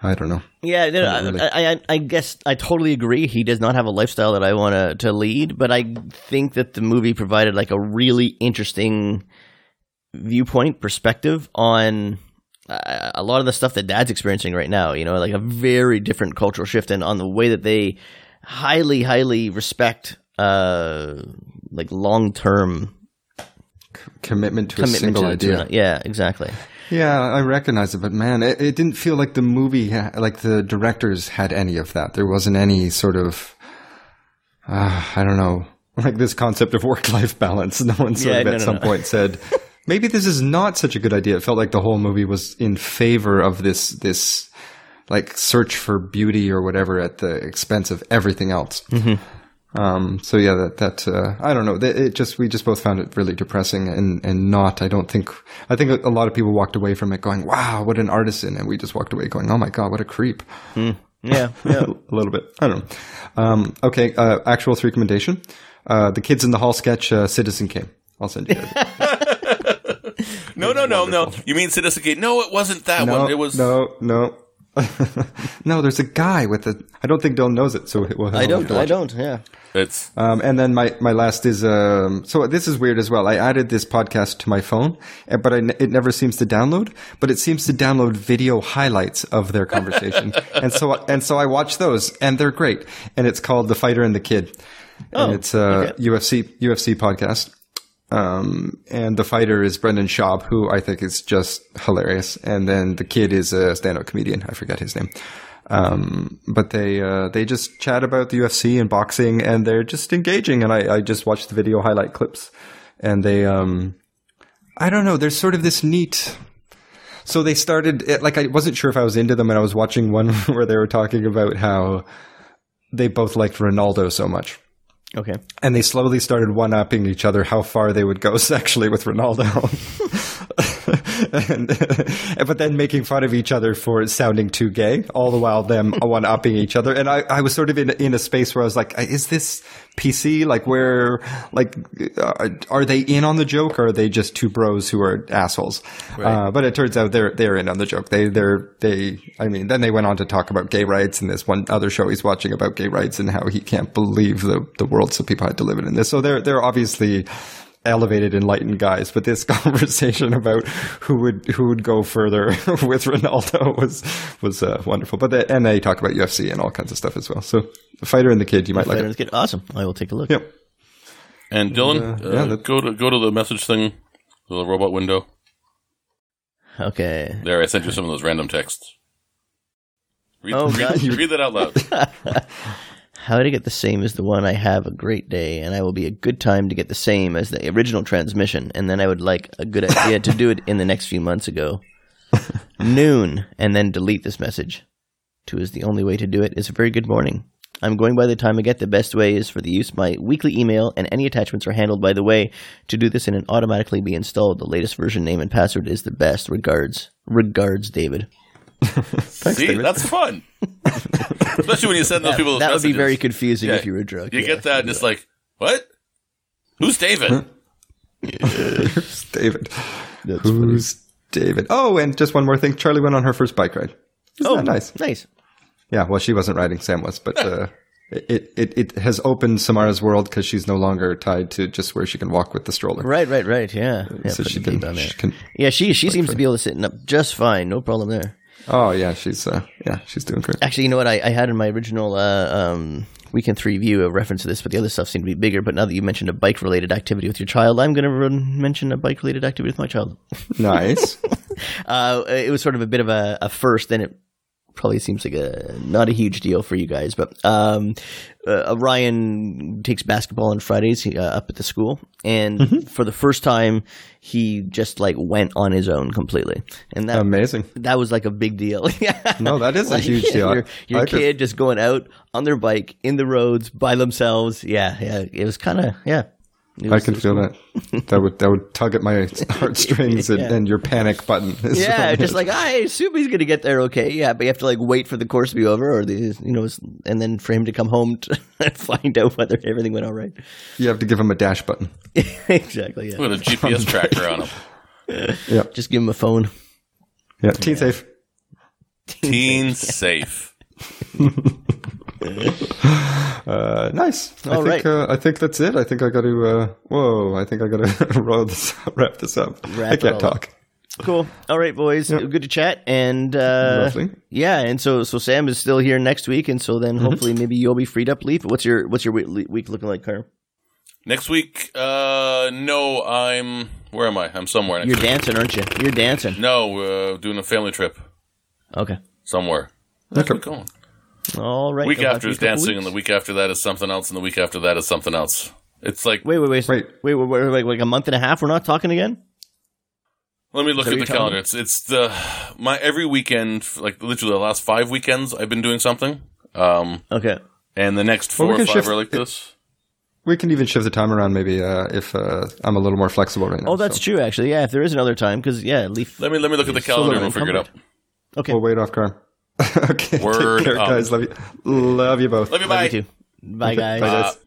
I don't know. Yeah, no, I, I, I, I guess I totally agree. He does not have a lifestyle that I want to to lead, but I think that the movie provided like a really interesting viewpoint perspective on uh, a lot of the stuff that Dad's experiencing right now. You know, like a very different cultural shift, and on the way that they highly, highly respect uh like long term Commitment to a commitment single to, to idea. it. yeah, exactly. Yeah, I recognize it, but man, it, it didn't feel like the movie, ha- like the directors had any of that. There wasn't any sort of, uh, I don't know, like this concept of work-life balance. No one sort Yeah, of no, at no, some no. point said, maybe this is not such a good idea. It felt like the whole movie was in favor of this, this like search for beauty or whatever at the expense of everything else. Um, so yeah, that that uh, I don't know. That- It just we just both found it really depressing and and not. I don't think I think a lot of people walked away from it going, "Wow, what an artisan," and we just walked away going, "Oh my god, what a creep." Yeah, yeah. a little bit. I don't know. Um, okay, uh, actual recommendation: uh, the kids in the hall sketch, uh, Citizen Kane. I'll send you. That. No, no, no, no. You mean Citizen Kane? No, it wasn't that no, one. It was no, no, no. There's a guy with a. I don't think Dylan knows it, so we'll I don't. I don't. Yeah. It's Um, and then my, my last is um, so this is weird as well. I added this podcast to my phone, eh, but I n it never seems to download. But it seems to download video highlights of their conversation, and so and so I watch those, and they're great. And it's called The Fighter and the Kid, and it's a UFC UFC podcast. Um, and the fighter is Brendan Schaub, who I think is just hilarious. And then the kid is a stand-up comedian. I forget his name. Um, but they, uh, they just chat about the UFC and boxing and they're just engaging. And I, I just watched the video highlight clips and they, um, I don't know. There's sort of this neat, so they started it, like I wasn't sure if I was into them, and I was watching one where they were talking about how they both liked Ronaldo so much, Okay. and they slowly started one upping each other how far they would go sexually with Ronaldo. and, but then making fun of each other for sounding too gay, all the while them one upping each other. And I, I was sort of in, in a space where I was like, is this PC? Like, where, like, uh, are they in on the joke or are they just two bros who are assholes? Uh, but it turns out they're, they're in on the joke. They, they're, they, I mean, then they went on to talk about gay rights and this one other show he's watching about gay rights and how he can't believe the, the world some people had to live in. And this, so they're, they're obviously, elevated enlightened guys but this conversation about who would who would go further with ronaldo was was uh, wonderful but they, and they talk about ufc and all kinds of stuff as well so the fighter and the kid you might like Better it. than- Awesome. I will take a look. yep and Dylan. Uh, yeah, uh, that- go to go to the message thing, the robot window. Okay. There, I sent you some of those random texts. Read, Oh, God. read, read that out loud. How to get the same as the one I have a great day, and I will be a good time to get the same as the original transmission, and then I would like a good idea to do it in the next few months ago. Noon, and then delete this message. Two is the only way to do it. It's a very good morning. I'm going by the time I get. The best way is for the use of my weekly email, and any attachments are handled by the way. To do this and it automatically be installed, the latest version name and password is the best. Regards. Regards, David. See, that's fun. Especially when you send those people those that would be messages. very confusing Yeah. if you were drunk. You yeah. get that, and it's like, what? Who's David? Who's David. That's Who's David? Oh, and just one more thing. Charlie went on her first bike ride. Isn't Oh, that nice. Nice. Yeah, well, she wasn't riding. Sam was, but uh, it, it it has opened Samara's world because she's no longer tied to just where she can walk with the stroller. Right, right, right. Yeah. yeah Uh, So put she the can, deed on she there. can. Yeah, she she seems to be able to sit up just fine. No problem there. Oh yeah, she's uh, yeah, she's doing great. Actually, you know what? I, I had in my original uh, um, weekend three view a reference to this, but the other stuff seemed to be bigger. But now that you mentioned a bike related activity with your child, I'm going to run, mention a bike related activity with my child. Nice. Uh, it was sort of a bit of a, a first, and it probably seems like a not a huge deal for you guys. But um, uh, Ryan takes basketball on Fridays he, uh, up at the school, and Mm-hmm. for the first time, he just like went on his own completely, and that Amazing. that was like a big deal. Yeah. Um, No, that is a Like, huge deal. Your, your I could- kid just going out on their bike in the roads by themselves. Yeah, yeah. It was kind of yeah. It I was- can feel that. That would that would tug at my heartstrings and, Yeah. and your panic button. is Yeah, really just like I assume he's gonna get there okay. Yeah, but you have to like wait for the course to be over, or the you know, and then for him to come home to find out whether everything went all right. you have to give him a dash button. exactly. Yeah. With a GPS tracker on him. Yeah, Just give him a phone. yeah. Teen safe. Teen safe. Uh, nice. I All think, right. uh, I think that's it. I think I got to. Uh, whoa! I think I got to roll this up, wrap this up. Wrap I it can't all up. talk. Cool. All right, boys. Good to chat. And uh, Lovely. Yeah, and so so Sam is still here next week, and so then hopefully maybe you'll be freed up. Leaf. What's your what's your week, week looking like, Carm? Next week, uh, no, I'm. Where am I? I'm somewhere next You're week. dancing, aren't you? You're dancing. No, we're uh, doing a family trip Okay. somewhere. That's where we're going. All right. Week I'll talk after to you is in a couple dancing, and the weeks. week after that is something else, and the week after that is something else. It's like, Wait, wait, wait, Wait. wait, wait, wait, wait, like a month and a half. We're not talking again. let me look that at what you're the telling calendar. It's it's the my every weekend, like literally the last five weekends, I've been doing something. Um, Okay. and the next Well, four we or can five shift- are like this. we can even shift the time around maybe uh, if uh, I'm a little more flexible right now. Oh, that's so. true. Actually, yeah. If there is another time, because yeah, Leaf. Let me let me look at the calendar and we'll figure it out. Okay. We'll wait off car. okay. Word Take care, up. guys. Love you. Love you both. Love you. Love Uh, Bye. you too. Bye, guys. Bye, guys.